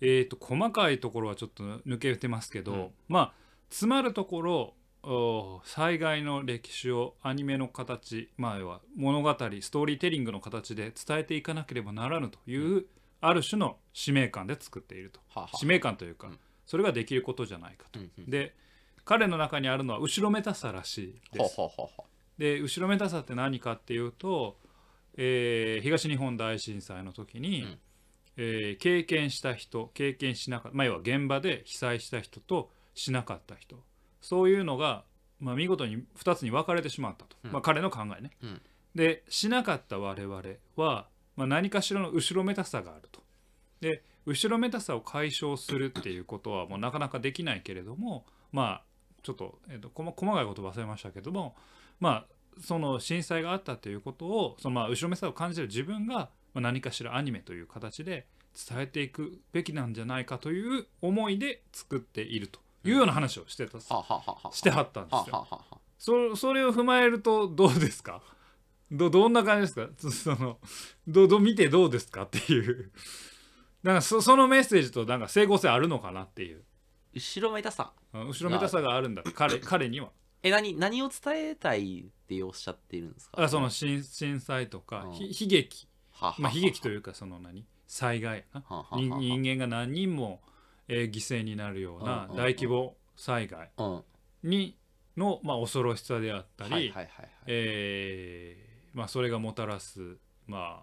Speaker 1: えー、と細かいところはちょっと抜けてますけど、
Speaker 2: うん
Speaker 1: まあ詰まるところおー災害の歴史をアニメの形まあ要は物語ストーリーテリングの形で伝えていかなければならぬという、ある種の使命感で作っていると
Speaker 2: はあはあ
Speaker 1: 使命感というか、
Speaker 2: うん
Speaker 1: それができることじゃないかと、
Speaker 2: うんうん
Speaker 1: で彼の中にあるのは後ろめたさらしいです
Speaker 2: ほうほうほうほ
Speaker 1: で後ろめたさって何かっていうと、えー東日本大震災の時に、
Speaker 2: うん
Speaker 1: えー経験した人経験しなかった、まあ、要は現場で被災した人としなかった人そういうのが、まあ、見事に2つに分かれてしまったと、
Speaker 2: うん
Speaker 1: まあ、彼の考えね。
Speaker 2: うん
Speaker 1: でしなかった我々は、まあ、何かしらの後ろめたさがあると。で後ろめたさを解消するっていうことはもうなかなかできないけれどもまあちょっと,、えっとこま細かいこと忘れましたけどもまあその震災があったということをそのまあ後ろめたさを感じる自分がまあ何かしらアニメという形で伝えていくべきなんじゃないかという思いで作っているというような話をしてた、
Speaker 2: うはあはあはあはあ
Speaker 1: してはったんですよ。
Speaker 2: はあはあはあ
Speaker 1: そそれを踏まえるとどうですかどどんな感じですかつそのどど見てどうですかっていうなんかそそのメッセージとなんか整合性あるのかなっていう
Speaker 2: 後ろめたさ
Speaker 1: うん後ろめたさがあるんだ彼彼には
Speaker 2: え何何を伝えたいっておっしゃっているんですか
Speaker 1: あその震震災とか、
Speaker 2: うん
Speaker 1: ひ悲劇
Speaker 2: ははは
Speaker 1: まあ悲劇というかその何災害や
Speaker 2: はは
Speaker 1: な
Speaker 2: は
Speaker 1: 人人間が何人も、えー犠牲になるような
Speaker 2: うんうんうん
Speaker 1: 大規模災害
Speaker 2: うんは
Speaker 1: にの、まあ、恐ろしさであった
Speaker 2: い
Speaker 1: り、
Speaker 2: はいはいはい
Speaker 1: えーまあ、それがもたらす、まあ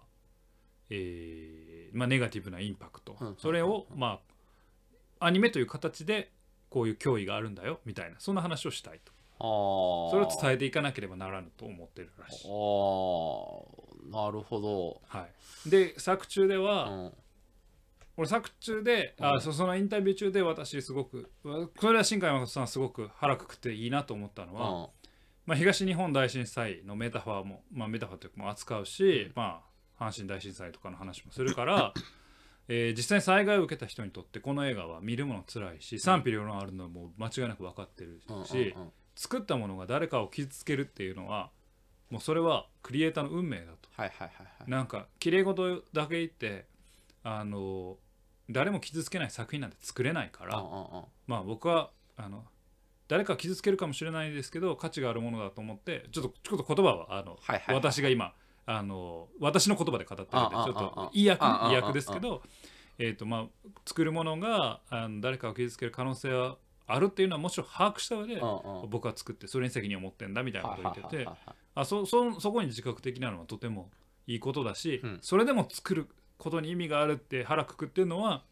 Speaker 1: えーまあ、ネガティブなインパクト、
Speaker 2: うんうんうん
Speaker 1: それを、まあ、アニメという形でこういう脅威があるんだよみたいなそんな話をしたいと
Speaker 2: あー
Speaker 1: それを伝えていかなければならぬと思ってるらしい。
Speaker 2: ああなるほ
Speaker 1: はい、で作中で
Speaker 2: ど、
Speaker 1: は、
Speaker 2: うん、
Speaker 1: 俺作中で、
Speaker 2: う
Speaker 1: あ
Speaker 2: ん
Speaker 1: そそのインタビュー中で私すごくわこれは新海誠さんすごく腹くくっていいなと思ったのは、
Speaker 2: うん
Speaker 1: まあ、東日本大震災のメタファーも、まあ、メタファーというかも扱うし、まあ、阪神大震災とかの話もする
Speaker 2: <laughs>
Speaker 1: から、えー実際に災害を受けた人にとってこの映画は見るものつらいし賛否両論あるのも間違いなく分かってるし、
Speaker 2: うんうんうん
Speaker 1: 作ったものが誰かを傷つけるっていうのはもうそれはクリエイターの運命だと。
Speaker 2: はいはいはいはい
Speaker 1: なんか綺麗事だけ言ってあの誰も傷つけない作品なんて作れないから、
Speaker 2: うんうんうん
Speaker 1: まあ僕はあの誰かを傷つけるかもしれないですけど価値があるものだと思ってちょっとちょっと言葉はあの、
Speaker 2: はいはい
Speaker 1: 私が今あの私の言葉で語ってるんでち
Speaker 2: ああ
Speaker 1: ょっ
Speaker 2: ああ
Speaker 1: と意訳ね
Speaker 2: ああ
Speaker 1: 意訳ですけど、えーとまあ、作るものがあの誰かを傷つける可能性はあるっていうのはもちろん把握した上で、
Speaker 2: うんうん
Speaker 1: 僕は作ってそれに責任を持ってんだみたいなことを言ってて、
Speaker 2: はいはいはいはい
Speaker 1: あそそそこに自覚的なのはとてもいいことだし、
Speaker 2: うん
Speaker 1: それでも作ることに意味があるって腹くくってるのは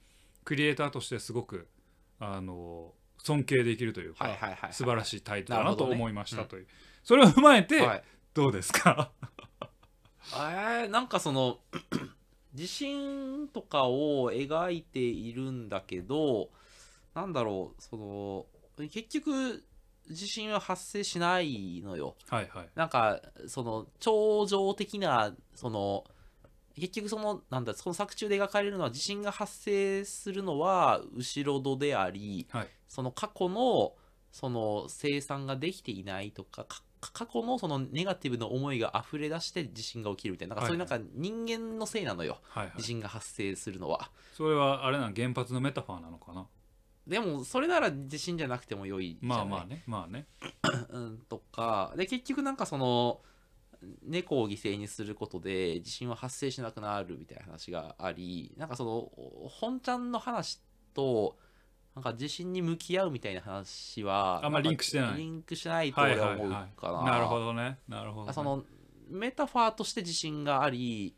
Speaker 1: クリエイターとしてすごくあの尊敬できるというか、
Speaker 2: はいはいはい
Speaker 1: 素晴らしいタイトルだ
Speaker 2: な
Speaker 1: な
Speaker 2: るほ
Speaker 1: と
Speaker 2: どね
Speaker 1: 思いましたという、それを踏まえて、
Speaker 2: はい
Speaker 1: どうですか <laughs>
Speaker 2: えー、なんかその <clears throat> 地震とかを描いているんだけどなんだろうその結局地震は発生しないのよ
Speaker 1: はいはい
Speaker 2: なんかその超常的なその結局そのなんだその作中で描かれるのは地震が発生するのは後ろ戸であり
Speaker 1: はい
Speaker 2: その過去のその生産ができていないとかか過去のそのネガティブな思いが溢れ出して地震が起きるみたいななんかそういうなんか人間のせいなのよ、
Speaker 1: はいはい
Speaker 2: 地震が発生するのは
Speaker 1: それはあれなの原発のメタファーなのかな
Speaker 2: でもそれなら地震じゃなくても良いじゃない
Speaker 1: まあまあねまあね
Speaker 2: うん、とかで結局なんかその猫を犠牲にすることで地震は発生しなくなるみたいな話がありなんかそのお本ちゃんの話となんか地震に向き合うみたいな話は
Speaker 1: あんまリンクしてない
Speaker 2: リンクしてないと
Speaker 1: はい
Speaker 2: 俺
Speaker 1: は
Speaker 2: はい思うかな、
Speaker 1: はいなるほどねなるほどね、
Speaker 2: そのメタファーとして地震があり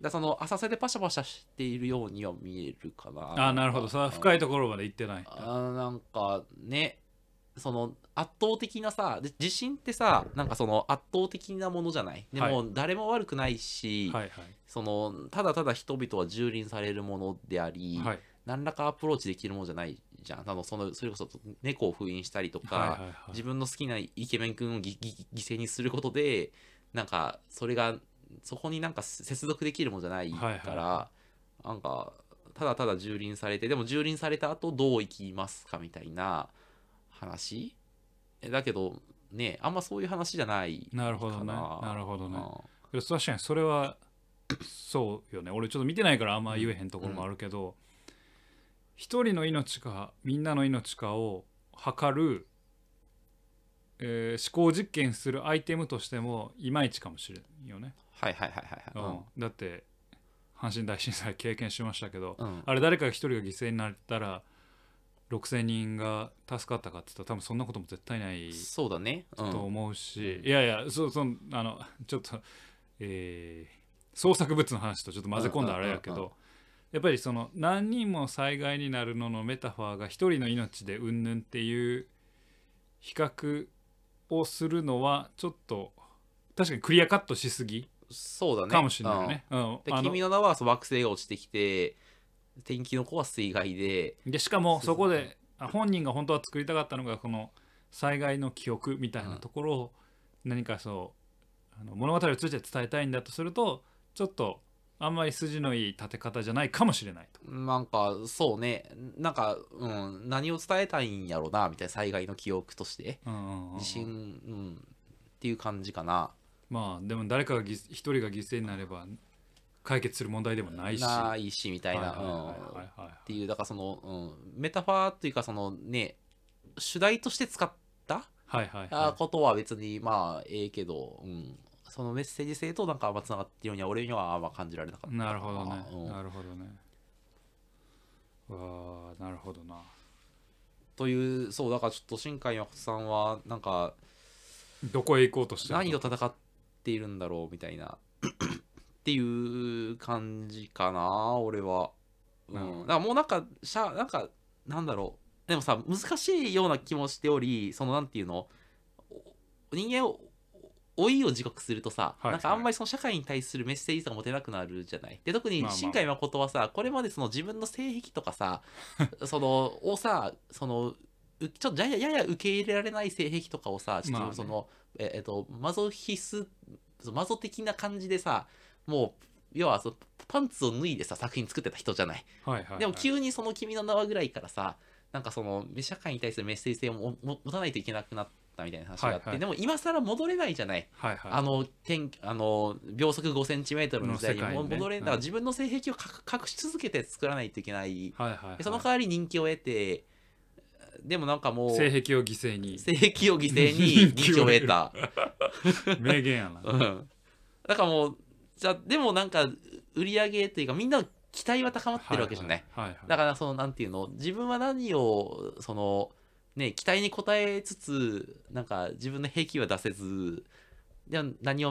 Speaker 2: だからその浅瀬でパシャパシャしているようには見えるかな
Speaker 1: あなるほどそれは
Speaker 2: うん
Speaker 1: 深いところまで行ってない
Speaker 2: あーなんかねその圧倒的なさで地震ってさなんかその圧倒的なものじゃないで
Speaker 1: はい
Speaker 2: も誰も悪くないし、
Speaker 1: はい
Speaker 2: そのただただ人々は蹂躙されるものであり、
Speaker 1: はいはい
Speaker 2: 何らかアプローチできるものじゃないじゃんあのそのそれこそ猫を封印したりとか、
Speaker 1: はいはいはい
Speaker 2: 自分の好きなイケメン君をぎぎ犠牲にすることでなんかそれがそこになんか接続できるものじゃないから、
Speaker 1: はい
Speaker 2: なんかただただ蹂躙されてでも蹂躙された後どう生きますかみたいな話えだけどねあんまそういう話じゃない
Speaker 1: なるほどね
Speaker 2: かな
Speaker 1: なるほどね
Speaker 2: うん
Speaker 1: いや確かにそれはそうよね俺ちょっと見てないからあんま言えへんところもあるけど一、人の命かみんなの命かを測る、えー思考実験するアイテムとしてもいまいちかもしれんよね、
Speaker 2: はいはいはいはいはい
Speaker 1: うんだって阪神大震災経験しましたけど、
Speaker 2: うん、うん
Speaker 1: あれ誰かが一人が犠牲になったら6,000人が助かったかって言ったら多分そんなことも絶対ない
Speaker 2: そうだね、うん、
Speaker 1: と思うし、
Speaker 2: うん
Speaker 1: いやいやそうそのあのちょっと、えー創作物の話とちょっと混ぜ込んだあれやけど、
Speaker 2: うんうんうん
Speaker 1: やっぱりその何人も災害になるののメタファーが一人の命でうんぬんっていう比較をするのはちょっと確かにクリアカットしすぎ
Speaker 2: そうだね
Speaker 1: かもしれないね。うん
Speaker 2: うん
Speaker 1: あ
Speaker 2: で
Speaker 1: の
Speaker 2: 君の名はそう惑星が落ちてきて天気の子は水害で
Speaker 1: でしかも
Speaker 2: そうそう
Speaker 1: そこであ本人が本当は作りたかったのがこの災害の記憶みたいなところを何かそうあの物語を通じて伝えたいんだとするとちょっとあんまり筋のいい立て方じゃないかもしれないと。
Speaker 2: なんかそうねなんか、うん、何を伝えたいんやろうなみたいな災害の記憶として
Speaker 1: うんうんうん
Speaker 2: 地震、うん、っていう感じかな
Speaker 1: まあでも誰かがぎ一人が犠牲になれば解決する問題でもないし。
Speaker 2: ないしみたいな、
Speaker 1: はいはいはい
Speaker 2: うん
Speaker 1: はいはい
Speaker 2: っていうだからその、うん、メタファーというかそのね主題として使った
Speaker 1: はいはい
Speaker 2: あ
Speaker 1: は
Speaker 2: ことは別にまあええけど、うん、そのメッセージ性となんかあんまつながってるようには俺にはあんま感じられなかっ
Speaker 1: い
Speaker 2: た
Speaker 1: なるほどね
Speaker 2: うん
Speaker 1: なるほどねわあなるほどな
Speaker 2: というそうだからちょっと新海誠さんはなんか
Speaker 1: どこへ行こうとしてるの
Speaker 2: 何と戦っているんだろうみたい
Speaker 1: <coughs>
Speaker 2: なっていう感じかな俺は、うん
Speaker 1: なるほど
Speaker 2: だからもうなんかしゃなんかなんだろうでもさ難しいような気もしておりそのなんていうのお人間を老いを自覚するとさ、
Speaker 1: はい
Speaker 2: なんかあんまりその社会に対するメッセージとか持てなくなるじゃないで特に
Speaker 1: まあまあ
Speaker 2: 新海誠はさこれまでその自分の性癖とかさそのをさそのうちょっとやややや受け入れられない性癖とかをさちょ
Speaker 1: ま
Speaker 2: っ
Speaker 1: あね
Speaker 2: とその、ええっとマゾヒスそのマゾ的な感じでさもう要はそのパンツを脱いでさ作品作ってた人じゃない
Speaker 1: はいはいはい
Speaker 2: でも急にその「君の名は」ぐらいからさなんかその社会に対するメッセージ性をもも持たないといけなくなったみたいな話があって、
Speaker 1: はいはい
Speaker 2: でも今更戻れないじゃない
Speaker 1: はいはい
Speaker 2: あの天あの秒速5センチメートルの時代に
Speaker 1: の世界にね
Speaker 2: も戻れ
Speaker 1: うん
Speaker 2: だから自分の性癖を隠隠し続けて作らないといけない、
Speaker 1: はいはいはい
Speaker 2: その代わり人気を得てでもなんかもう
Speaker 1: 性癖を犠牲に
Speaker 2: 性癖を犠牲に
Speaker 1: <laughs>
Speaker 2: 人気を得た、
Speaker 1: 名言やな
Speaker 2: うん、だからもうじゃでもなんか売り上げというかみんなの期待は高まってるわけじゃない、
Speaker 1: はいはいはい
Speaker 2: だからそのなんていうの自分は何をそのね期待に応えつつなんか自分の兵器は出せずでも何を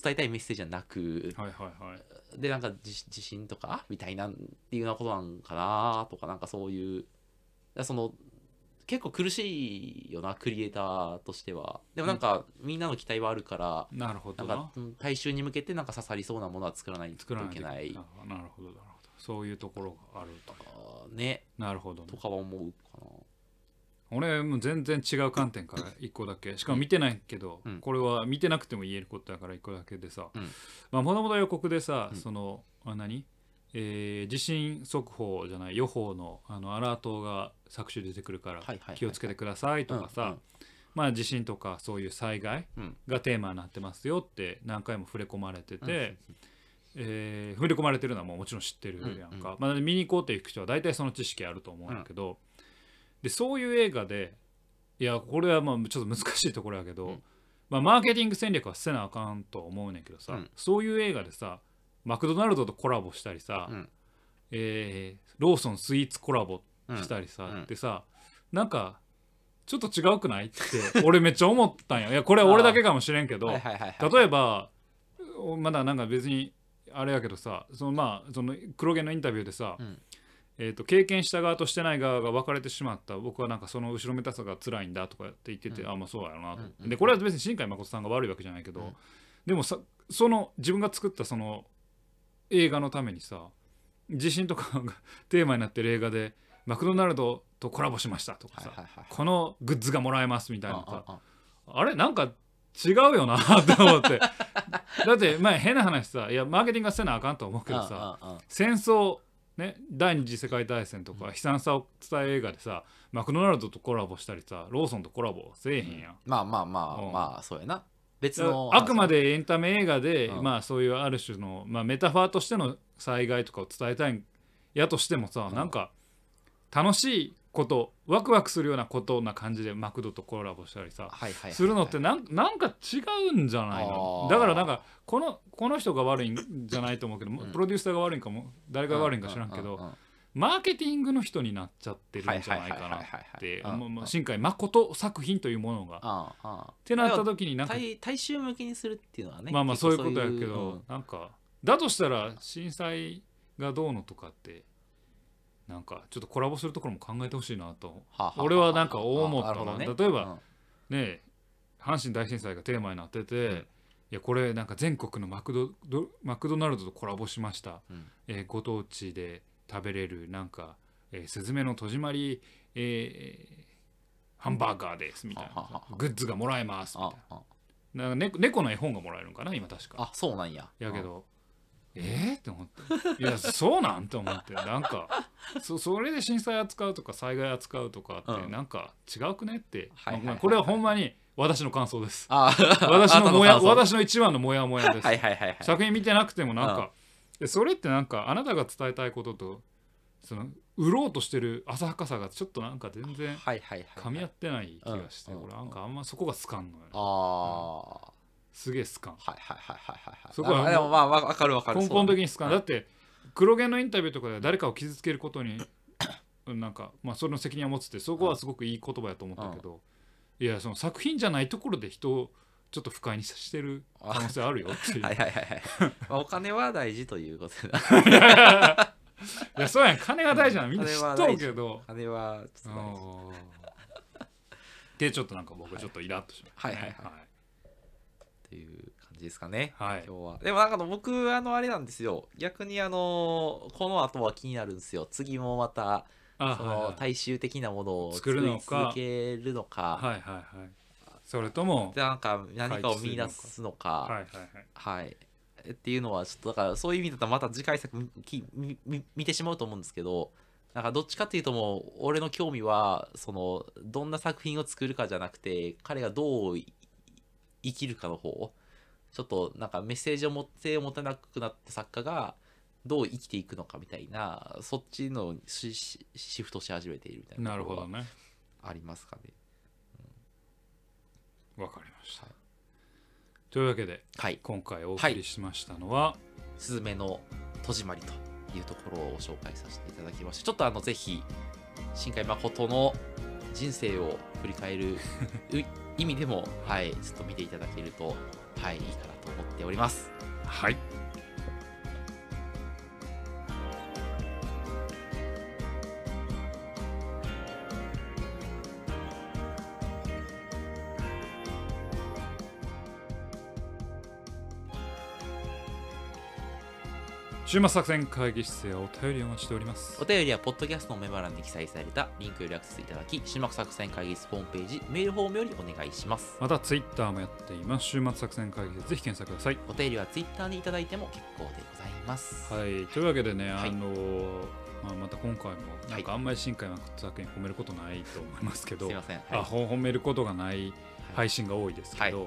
Speaker 2: 伝えたいメッセージじゃなく
Speaker 1: はいはいはい
Speaker 2: でなんか自自信とかあみたいなっていうようなことなんかなとかなんかそういうだからその結構苦しいよなクリエイターとしてはでもなんかみんなの期待はあるから、
Speaker 1: なるほど
Speaker 2: なん
Speaker 1: な
Speaker 2: かうん大衆に向けてなんか刺さりそうなものは作らないと
Speaker 1: 作らない
Speaker 2: い
Speaker 1: とい
Speaker 2: け
Speaker 1: けな
Speaker 2: ない
Speaker 1: いなるほどなるほどそういうところがあると
Speaker 2: あーね
Speaker 1: なるほどね
Speaker 2: とかは思うか
Speaker 1: 俺もう全然違う観点から一個だけしかも見てないけど、
Speaker 2: うん
Speaker 1: これは見てなくても言えることだから一個だけでさ、
Speaker 2: うん
Speaker 1: まあもともと予告でさ、
Speaker 2: うん
Speaker 1: そのあ何えー地震速報じゃない予報のあのアラートが作詞出てくるから
Speaker 2: はいはいはい
Speaker 1: 気をつけてくださいと
Speaker 2: な
Speaker 1: かさ、
Speaker 2: うんうん
Speaker 1: まあ地震とかそういう災害
Speaker 2: うん
Speaker 1: がテーマになってますよって何回も触れ込まれてて、
Speaker 2: うんうん
Speaker 1: えー触れ込まれてるのはもうもちろん知ってるやんか、まあ、見に行こうっていう人は大体その知識あると思うんだけど、でそういう映画でいやこれはまあちょっと難しいところやけど、
Speaker 2: うん
Speaker 1: まあ、マーケティング戦略はせなあかんとは思うねんけどさ、
Speaker 2: うん
Speaker 1: そういう映画でさマクドナルドとコラボしたりさ、
Speaker 2: うん
Speaker 1: えーローソンスイーツコラボ
Speaker 2: うん
Speaker 1: したりさ、
Speaker 2: うん
Speaker 1: でさなんかちょっと違うくないって俺めっちゃ思ったんよいやこれは俺だけかもしれんけど、
Speaker 2: はいはいはいはい
Speaker 1: 例えばおまだなんか別にあれやけどさそのまあその黒毛のインタビューでさ、
Speaker 2: うん
Speaker 1: えー、と経験した側としてない側が分かれてしまった僕はなんかその後ろめたさが辛いんだとかって言ってて、
Speaker 2: うん
Speaker 1: あまあそうやろなと、
Speaker 2: うんうん
Speaker 1: でこれは別に新海誠さんが悪いわけじゃないけど、
Speaker 2: うん
Speaker 1: でもさその自分が作ったその映画のためにさ地震とかがテーマになってる映画でマクドナルドとコラボしましたとか
Speaker 2: はい
Speaker 1: さ、
Speaker 2: はいはい
Speaker 1: このグッズがもらえますみたいなさ、
Speaker 2: うんうんうん
Speaker 1: あれなんか違うよな <laughs> と思ってだってまあ変な話さいやマーケティングはせなあかんと思うけどさ
Speaker 2: うんうんうん
Speaker 1: 戦争ね第二次世界大戦とか悲惨さを伝える映画でさマクドナルドとコラボしたりさローソンとコラボせえへんやん。
Speaker 2: まあまあまあ
Speaker 1: うん
Speaker 2: まあそうやな別
Speaker 1: だか
Speaker 2: の
Speaker 1: らあくまでエンタメ映画で、
Speaker 2: うん
Speaker 1: まあそういうある種の、まあ、メタファーとしての災害とかを伝えたいんやとしてもさ、
Speaker 2: うん
Speaker 1: なんか楽しいことワクワクするようなことな感じでマクドとコラボしたりさ、
Speaker 2: はいはいはいはい
Speaker 1: するのってなんなんか違うんじゃないのだからなんかこのこの人が悪いんじゃないと思うけど、
Speaker 2: ん
Speaker 1: プロデューサーが悪いんかも誰が悪いんか知らんけ
Speaker 2: うう
Speaker 1: ど
Speaker 2: ううん
Speaker 1: マーケティングの人になっちゃってる
Speaker 2: はい
Speaker 1: んじゃ
Speaker 2: はいは
Speaker 1: ないい
Speaker 2: は
Speaker 1: かな
Speaker 2: いは
Speaker 1: っ
Speaker 2: いはい
Speaker 1: て
Speaker 2: うん
Speaker 1: もう
Speaker 2: うん
Speaker 1: もう新海誠作品というものが。っ
Speaker 2: うんうん
Speaker 1: てなった時になんか
Speaker 2: 大大衆向けにするっていうのはね
Speaker 1: まあまあ
Speaker 2: 結
Speaker 1: そう
Speaker 2: 構
Speaker 1: いうことやけど
Speaker 2: うん
Speaker 1: なんかだとしたら震災がどうのとかってなんかちょっとコラボするところも考えてほしいなと
Speaker 2: あああ
Speaker 1: 俺はなんか思ったな
Speaker 2: ああなるほ
Speaker 1: 例
Speaker 2: どね
Speaker 1: えばねえ阪神大震災がテーマになってて、
Speaker 2: うん
Speaker 1: いやこれなんか全国のマクドドマクドナルドとコラボしました、
Speaker 2: うん
Speaker 1: えーご当地で食べれるなんか、えー、スズメの戸締まり、えーハンバーガーですみたい
Speaker 2: はは
Speaker 1: な
Speaker 2: は
Speaker 1: グッズがもらえますみ
Speaker 2: あ
Speaker 1: たい
Speaker 2: あ
Speaker 1: ななんか猫猫の絵本がもらえるんかな今確か
Speaker 2: あそうなんや
Speaker 1: やけど、えー、って思っていやそうなんと思ってなんかそそれで震災扱うとか災害扱うとかって、
Speaker 2: うん
Speaker 1: なんか違くねって、
Speaker 2: はいはいはい
Speaker 1: まあこれはほんまに私の感想です
Speaker 2: あ
Speaker 1: 私のもや
Speaker 2: あなたの感想
Speaker 1: 私の一番のモヤモヤです、
Speaker 2: はいはいはいはい
Speaker 1: 作品見てなくてもなんか、それってなんかあなたが伝えたいこととその売ろうとしてる浅はかさがちょっとなんか全然
Speaker 2: はいはいはい。
Speaker 1: 噛み合ってない気がして、
Speaker 2: うんうん
Speaker 1: 俺なんかあんまそこが好かんのよ、ね
Speaker 2: あ、あー。
Speaker 1: すげえ好かん
Speaker 2: はいはいはいはいはいはい。
Speaker 1: そこは
Speaker 2: あでもまあわかるわかる。
Speaker 1: 根本的に好かん
Speaker 2: そ
Speaker 1: だ
Speaker 2: う
Speaker 1: って黒毛のインタビューとかでは誰かを傷つけることに <coughs> なんか、まあ、その責任を持つってそこはすごくいい言葉やと思ったけど、いやその作品じゃないところで人をちょっと不快にさしてる
Speaker 2: あ
Speaker 1: 可能性あるよっていう
Speaker 2: はいはいはいはい。まあお金は大事ということだ。
Speaker 1: <laughs> いやそうやん金が大事なのみんな知っとるけど
Speaker 2: お金はちょっと大事。
Speaker 1: うんでちょっとなんか僕ちょっとイラッとしました、ね
Speaker 2: はいはいはいっていう感じですかね。
Speaker 1: はいはい
Speaker 2: 今日は。でもなんかあの僕、あのあれなんですよ。逆にあの、この後は気になるんですよ。次もまた、
Speaker 1: あはい
Speaker 2: その
Speaker 1: はい
Speaker 2: 大衆的なものを
Speaker 1: 作るのか
Speaker 2: 作り続けるのか。
Speaker 1: はいはいはいそれとも
Speaker 2: でなんか何かを見出すのか。
Speaker 1: はいはいはい
Speaker 2: はい。っていうのはちょっとだからそういう意味だったらまた次回作みきみみ見てしまうと思うんですけどなんかどっちかっていうともう俺の興味はそのどんな作品を作るかじゃなくて彼がどうい生きるかの方ちょっとなんかメッセージを持って持たなくなった作家がどう生きていくのかみたいなそっちのシシシフトし始めているみたいな
Speaker 1: なる
Speaker 2: とこ
Speaker 1: ほ
Speaker 2: ろ
Speaker 1: ど
Speaker 2: は
Speaker 1: ね
Speaker 2: ありますかね。
Speaker 1: わかりました、
Speaker 2: はい
Speaker 1: というわけで
Speaker 2: はい
Speaker 1: 今回お送りしましたのは、
Speaker 2: 「すずめの戸締まり」というところを紹介させていただきましたちょっとあのぜひ新海誠の人生を振り返
Speaker 1: <laughs>
Speaker 2: るう意味でも、はい、ずっと見ていただけると、はい、いいかなと思っております。
Speaker 1: はい週末作戦会議室へお便りをお待ちしております
Speaker 2: お便りはポッドキャストのメモ欄に記載されたリンクよりアクセスいただき、終幕作戦会議室ホームページ、メールフォームよりお願いします。
Speaker 1: またツイッターもやっています週末作戦会議室ぜひ検索ください
Speaker 2: お便りは Twitter にいただいても結構でございます。
Speaker 1: はい、というわけでね、
Speaker 2: はい
Speaker 1: あのーまあ、また今回も
Speaker 2: い
Speaker 1: なんかあんまり新海誠作品褒めることないと思いますけ
Speaker 2: す
Speaker 1: ど、
Speaker 2: いません。はい
Speaker 1: あほ褒めることがない
Speaker 2: はい
Speaker 1: 配信が多いですけど、
Speaker 2: は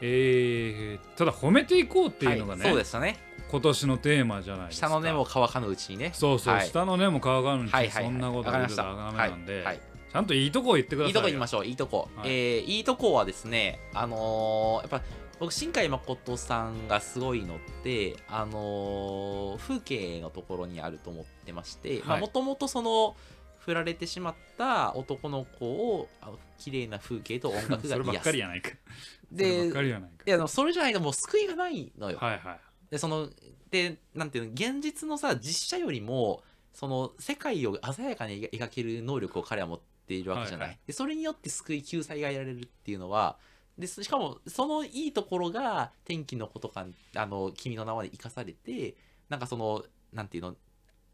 Speaker 1: えーただ褒めていこうっていうのが
Speaker 2: は
Speaker 1: ね、
Speaker 2: いそうでしたね。
Speaker 1: 今年のテーマじゃないですか
Speaker 2: 下の根も乾かぬうちにね。
Speaker 1: そうそう、
Speaker 2: はい
Speaker 1: 下の根も乾かぬうち
Speaker 2: はい
Speaker 1: に
Speaker 2: はいはい、
Speaker 1: そんなこと
Speaker 2: わか
Speaker 1: 言
Speaker 2: り
Speaker 1: っ
Speaker 2: ま
Speaker 1: て
Speaker 2: したた
Speaker 1: らダメなんで、
Speaker 2: はいはい
Speaker 1: ちゃんといいとこ言ってください
Speaker 2: いいとこ行きま
Speaker 1: し
Speaker 2: しょういいとこ、
Speaker 1: はい
Speaker 2: い、えーいいとこはですねあのーやっぱ僕新海誠さんがすごいのってあのー風景のところにあると思ってまして
Speaker 1: はい
Speaker 2: もともとその振られてしまった男の子をあの綺麗な風景と音楽が
Speaker 1: <laughs> そればっ
Speaker 2: 癒
Speaker 1: か
Speaker 2: す
Speaker 1: りやないかそれば
Speaker 2: で
Speaker 1: っかりやない
Speaker 2: いやでもそれじゃないともう救いがないのよ、
Speaker 1: かはいはい
Speaker 2: でそのでなんていうの現実のさ実写よりもその世界を鮮やかに描ける能力を彼は持っているわけじゃな
Speaker 1: は
Speaker 2: い、
Speaker 1: いは
Speaker 2: でそれによって救い救済が得られるっていうのはですしかもそのいいところが「天気のことか」あの「君の名は」で生かされてなんかそのなんていうの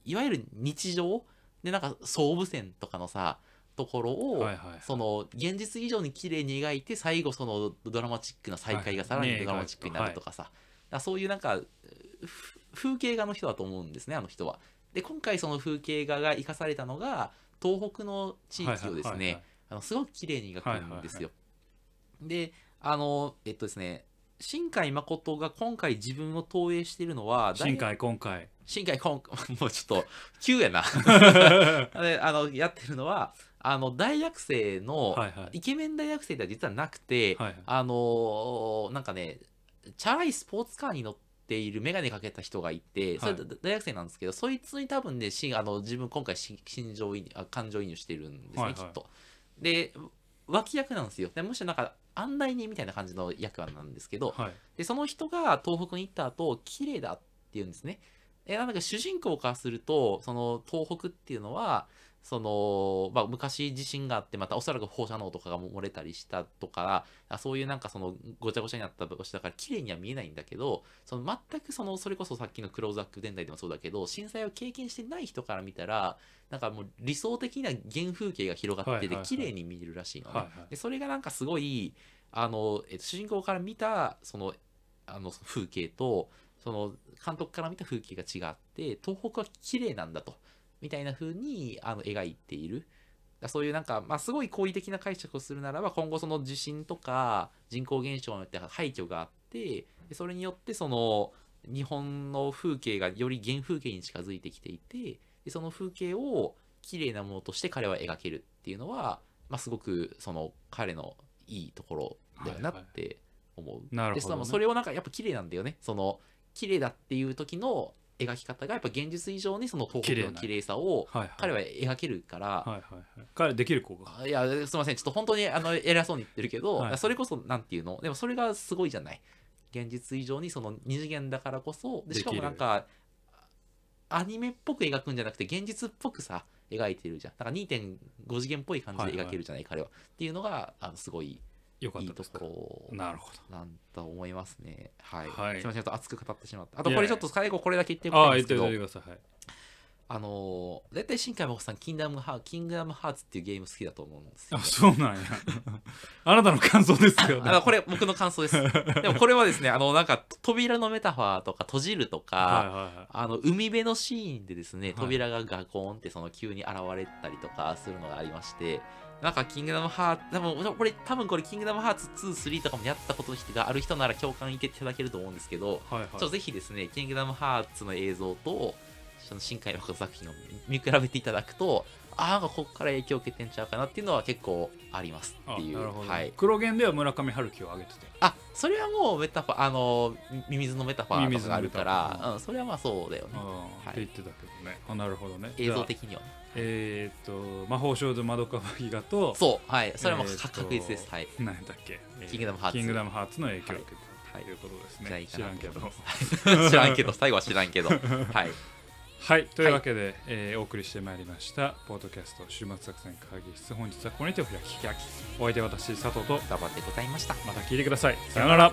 Speaker 2: いわゆる日常でなんか総武線とかのさところを、
Speaker 1: はいはい
Speaker 2: その現実以上に綺麗に描いて最後そのドラマチックな再会がさら
Speaker 1: はい
Speaker 2: にドラマチックになるとかさ、だからそういうなんかふ風景画の人だと思うんですねあの人は。で今回その風景画が生かされたのが東北の地域を
Speaker 1: はいは
Speaker 2: ですね、
Speaker 1: いはいはい
Speaker 2: あのすごく綺麗に描くんですよ。であのえっとですね新海誠が今回自分を投影しているのは大
Speaker 1: 新海今
Speaker 2: <laughs>
Speaker 1: 回
Speaker 2: 新海今 <laughs> もうちょっと急 <laughs> やなであのやってるのはあの大学生の、
Speaker 1: はいはい
Speaker 2: イケメン大学生では実はなくて、
Speaker 1: はいはい
Speaker 2: あのーなんかねチャラいスポーツカーに乗っている眼鏡かけた人がいてそれ
Speaker 1: はい
Speaker 2: だ大学生なんですけど、そいつに多分ねしあの自分今回し心情移入あ感情移入してるんですね、
Speaker 1: はいはい
Speaker 2: きっと。で脇役なんですよでむしろなんか案内人みたいな感じの役割なんですけど、
Speaker 1: はい
Speaker 2: でその人が東北に行った後綺麗だって言うんですねえなんか主人公からするとその東北っていうのはその、まあ、昔地震があってまたおそらく放射能とかが漏れたりしたとかあそういうなんかそのごちゃごちゃになった場所だから綺麗には見えないんだけどその全くそのそれこそさっきのクローズアップ現代でもそうだけど震災を経験してない人から見たらなんかもう理想的な原風景が広がって
Speaker 1: はいはいは
Speaker 2: て
Speaker 1: い
Speaker 2: 綺麗に見えるらしいのね、
Speaker 1: はいはい
Speaker 2: でそれがなんかすごいあの、えっと、主人公から見たそのあの風景とその監督から見た風景が違って東北は綺麗なんだとみたいな風にあの描いているだそういうなんか、まあ、すごい好意的な解釈をするならば今後その地震とか人口減少によって廃墟があってでそれによってその日本の風景がより原風景に近づいてきていてでその風景を綺麗なものとして彼は描けるっていうのは、まあ、すごくその彼のいいところだよなって思う。
Speaker 1: なるほ
Speaker 2: でし
Speaker 1: ど、
Speaker 2: か
Speaker 1: ね。
Speaker 2: もそれをなんかやっぱ綺麗なんだよねその綺麗だっていう時の描き方がやっぱ現実以上にその東北
Speaker 1: 綺麗
Speaker 2: の
Speaker 1: な
Speaker 2: 綺麗さを
Speaker 1: はいはい、
Speaker 2: 彼
Speaker 1: は
Speaker 2: は描けるから、
Speaker 1: いはいはい、彼できる子が。
Speaker 2: いやすみませんちょっと本当にあの偉そうに言ってるけど、
Speaker 1: はい
Speaker 2: それこそなんていうのでもそれがすごいじゃない現実以上にその二次元だからこそでしか
Speaker 1: できる
Speaker 2: もなんかアニメっぽく描くんじゃなくて現実っぽくさ描いてるじゃんなんか2.5次元っぽい感じで描けるじゃない、彼はっていうのがあのすごい
Speaker 1: よかっ
Speaker 2: いい
Speaker 1: たで
Speaker 2: と
Speaker 1: すか。
Speaker 2: ころ
Speaker 1: なるほど。
Speaker 2: なんと思いますね。はい。
Speaker 1: はい
Speaker 2: すみません、ちょっと熱く語ってしまった。あ
Speaker 1: い
Speaker 2: と、
Speaker 1: や
Speaker 2: これちょっと最後、これだけ言っておき
Speaker 1: あ
Speaker 2: た
Speaker 1: あ、
Speaker 2: い
Speaker 1: 言っ
Speaker 2: んです
Speaker 1: て
Speaker 2: け
Speaker 1: お
Speaker 2: ど
Speaker 1: いて、ください。はい、
Speaker 2: あのー、絶対新海誠さん、キングダムハーツ、キングダムハーツっていうゲーム好きだと思うんですよ
Speaker 1: あ、。そうなんや。あなたの感想です <laughs> よね。
Speaker 2: あのこれ、僕の感
Speaker 1: <laughs>
Speaker 2: 想です。でも、これはですね、あの、なんか、扉のメタファーとか、閉じるとか、
Speaker 1: はいはいはい。
Speaker 2: あの海辺のシーンでですね
Speaker 1: い
Speaker 2: 扉がガコーンってその急に現れたりとかするのがありましてなんかキングダムハーツ多分これ多分これキングダムハーツ23とかもやったことがある人なら共感いただけると思うんですけど
Speaker 1: はいはい、
Speaker 2: ちょっとぜひですね、キングダムハーツの映像と、その新海誠作品を見比べていただくと、ああ、なんかここから影響を受けてんちゃうかなっていうのは結構ありますっていう。
Speaker 1: あなるほど、
Speaker 2: はい。
Speaker 1: 黒源では村上春樹を挙げてて
Speaker 2: あ、それはもうメタファー、あの、ミミズのメタファーとかがあ
Speaker 1: ミミズのメ
Speaker 2: るか
Speaker 1: タファ
Speaker 2: ら
Speaker 1: ー、
Speaker 2: うん、それはまあそうだよね。
Speaker 1: ああ、
Speaker 2: はい
Speaker 1: って言ってたけどねあなるほどね
Speaker 2: 映像
Speaker 1: じゃあ
Speaker 2: 的には。
Speaker 1: えー、っと魔法少女まどかマギガと
Speaker 2: そう、はい。それはもう
Speaker 1: えーっと
Speaker 2: 確率です。はい。
Speaker 1: 何やったっけ、え
Speaker 2: キングダムハーツ
Speaker 1: キングダムハーツの影響を受けて
Speaker 2: はい
Speaker 1: ということですね、
Speaker 2: じゃあいい
Speaker 1: 知
Speaker 2: かな
Speaker 1: らんけど
Speaker 2: 知らんけど、最後は知らんけど。はい。
Speaker 1: はいというわけで、えーお送りしてまいりましたポートキャスト週末作戦会議室本日はここにてお開き
Speaker 2: キラキ
Speaker 1: お相手は私佐藤と
Speaker 2: 頑張ってございました。
Speaker 1: また聞いてくださいさよなら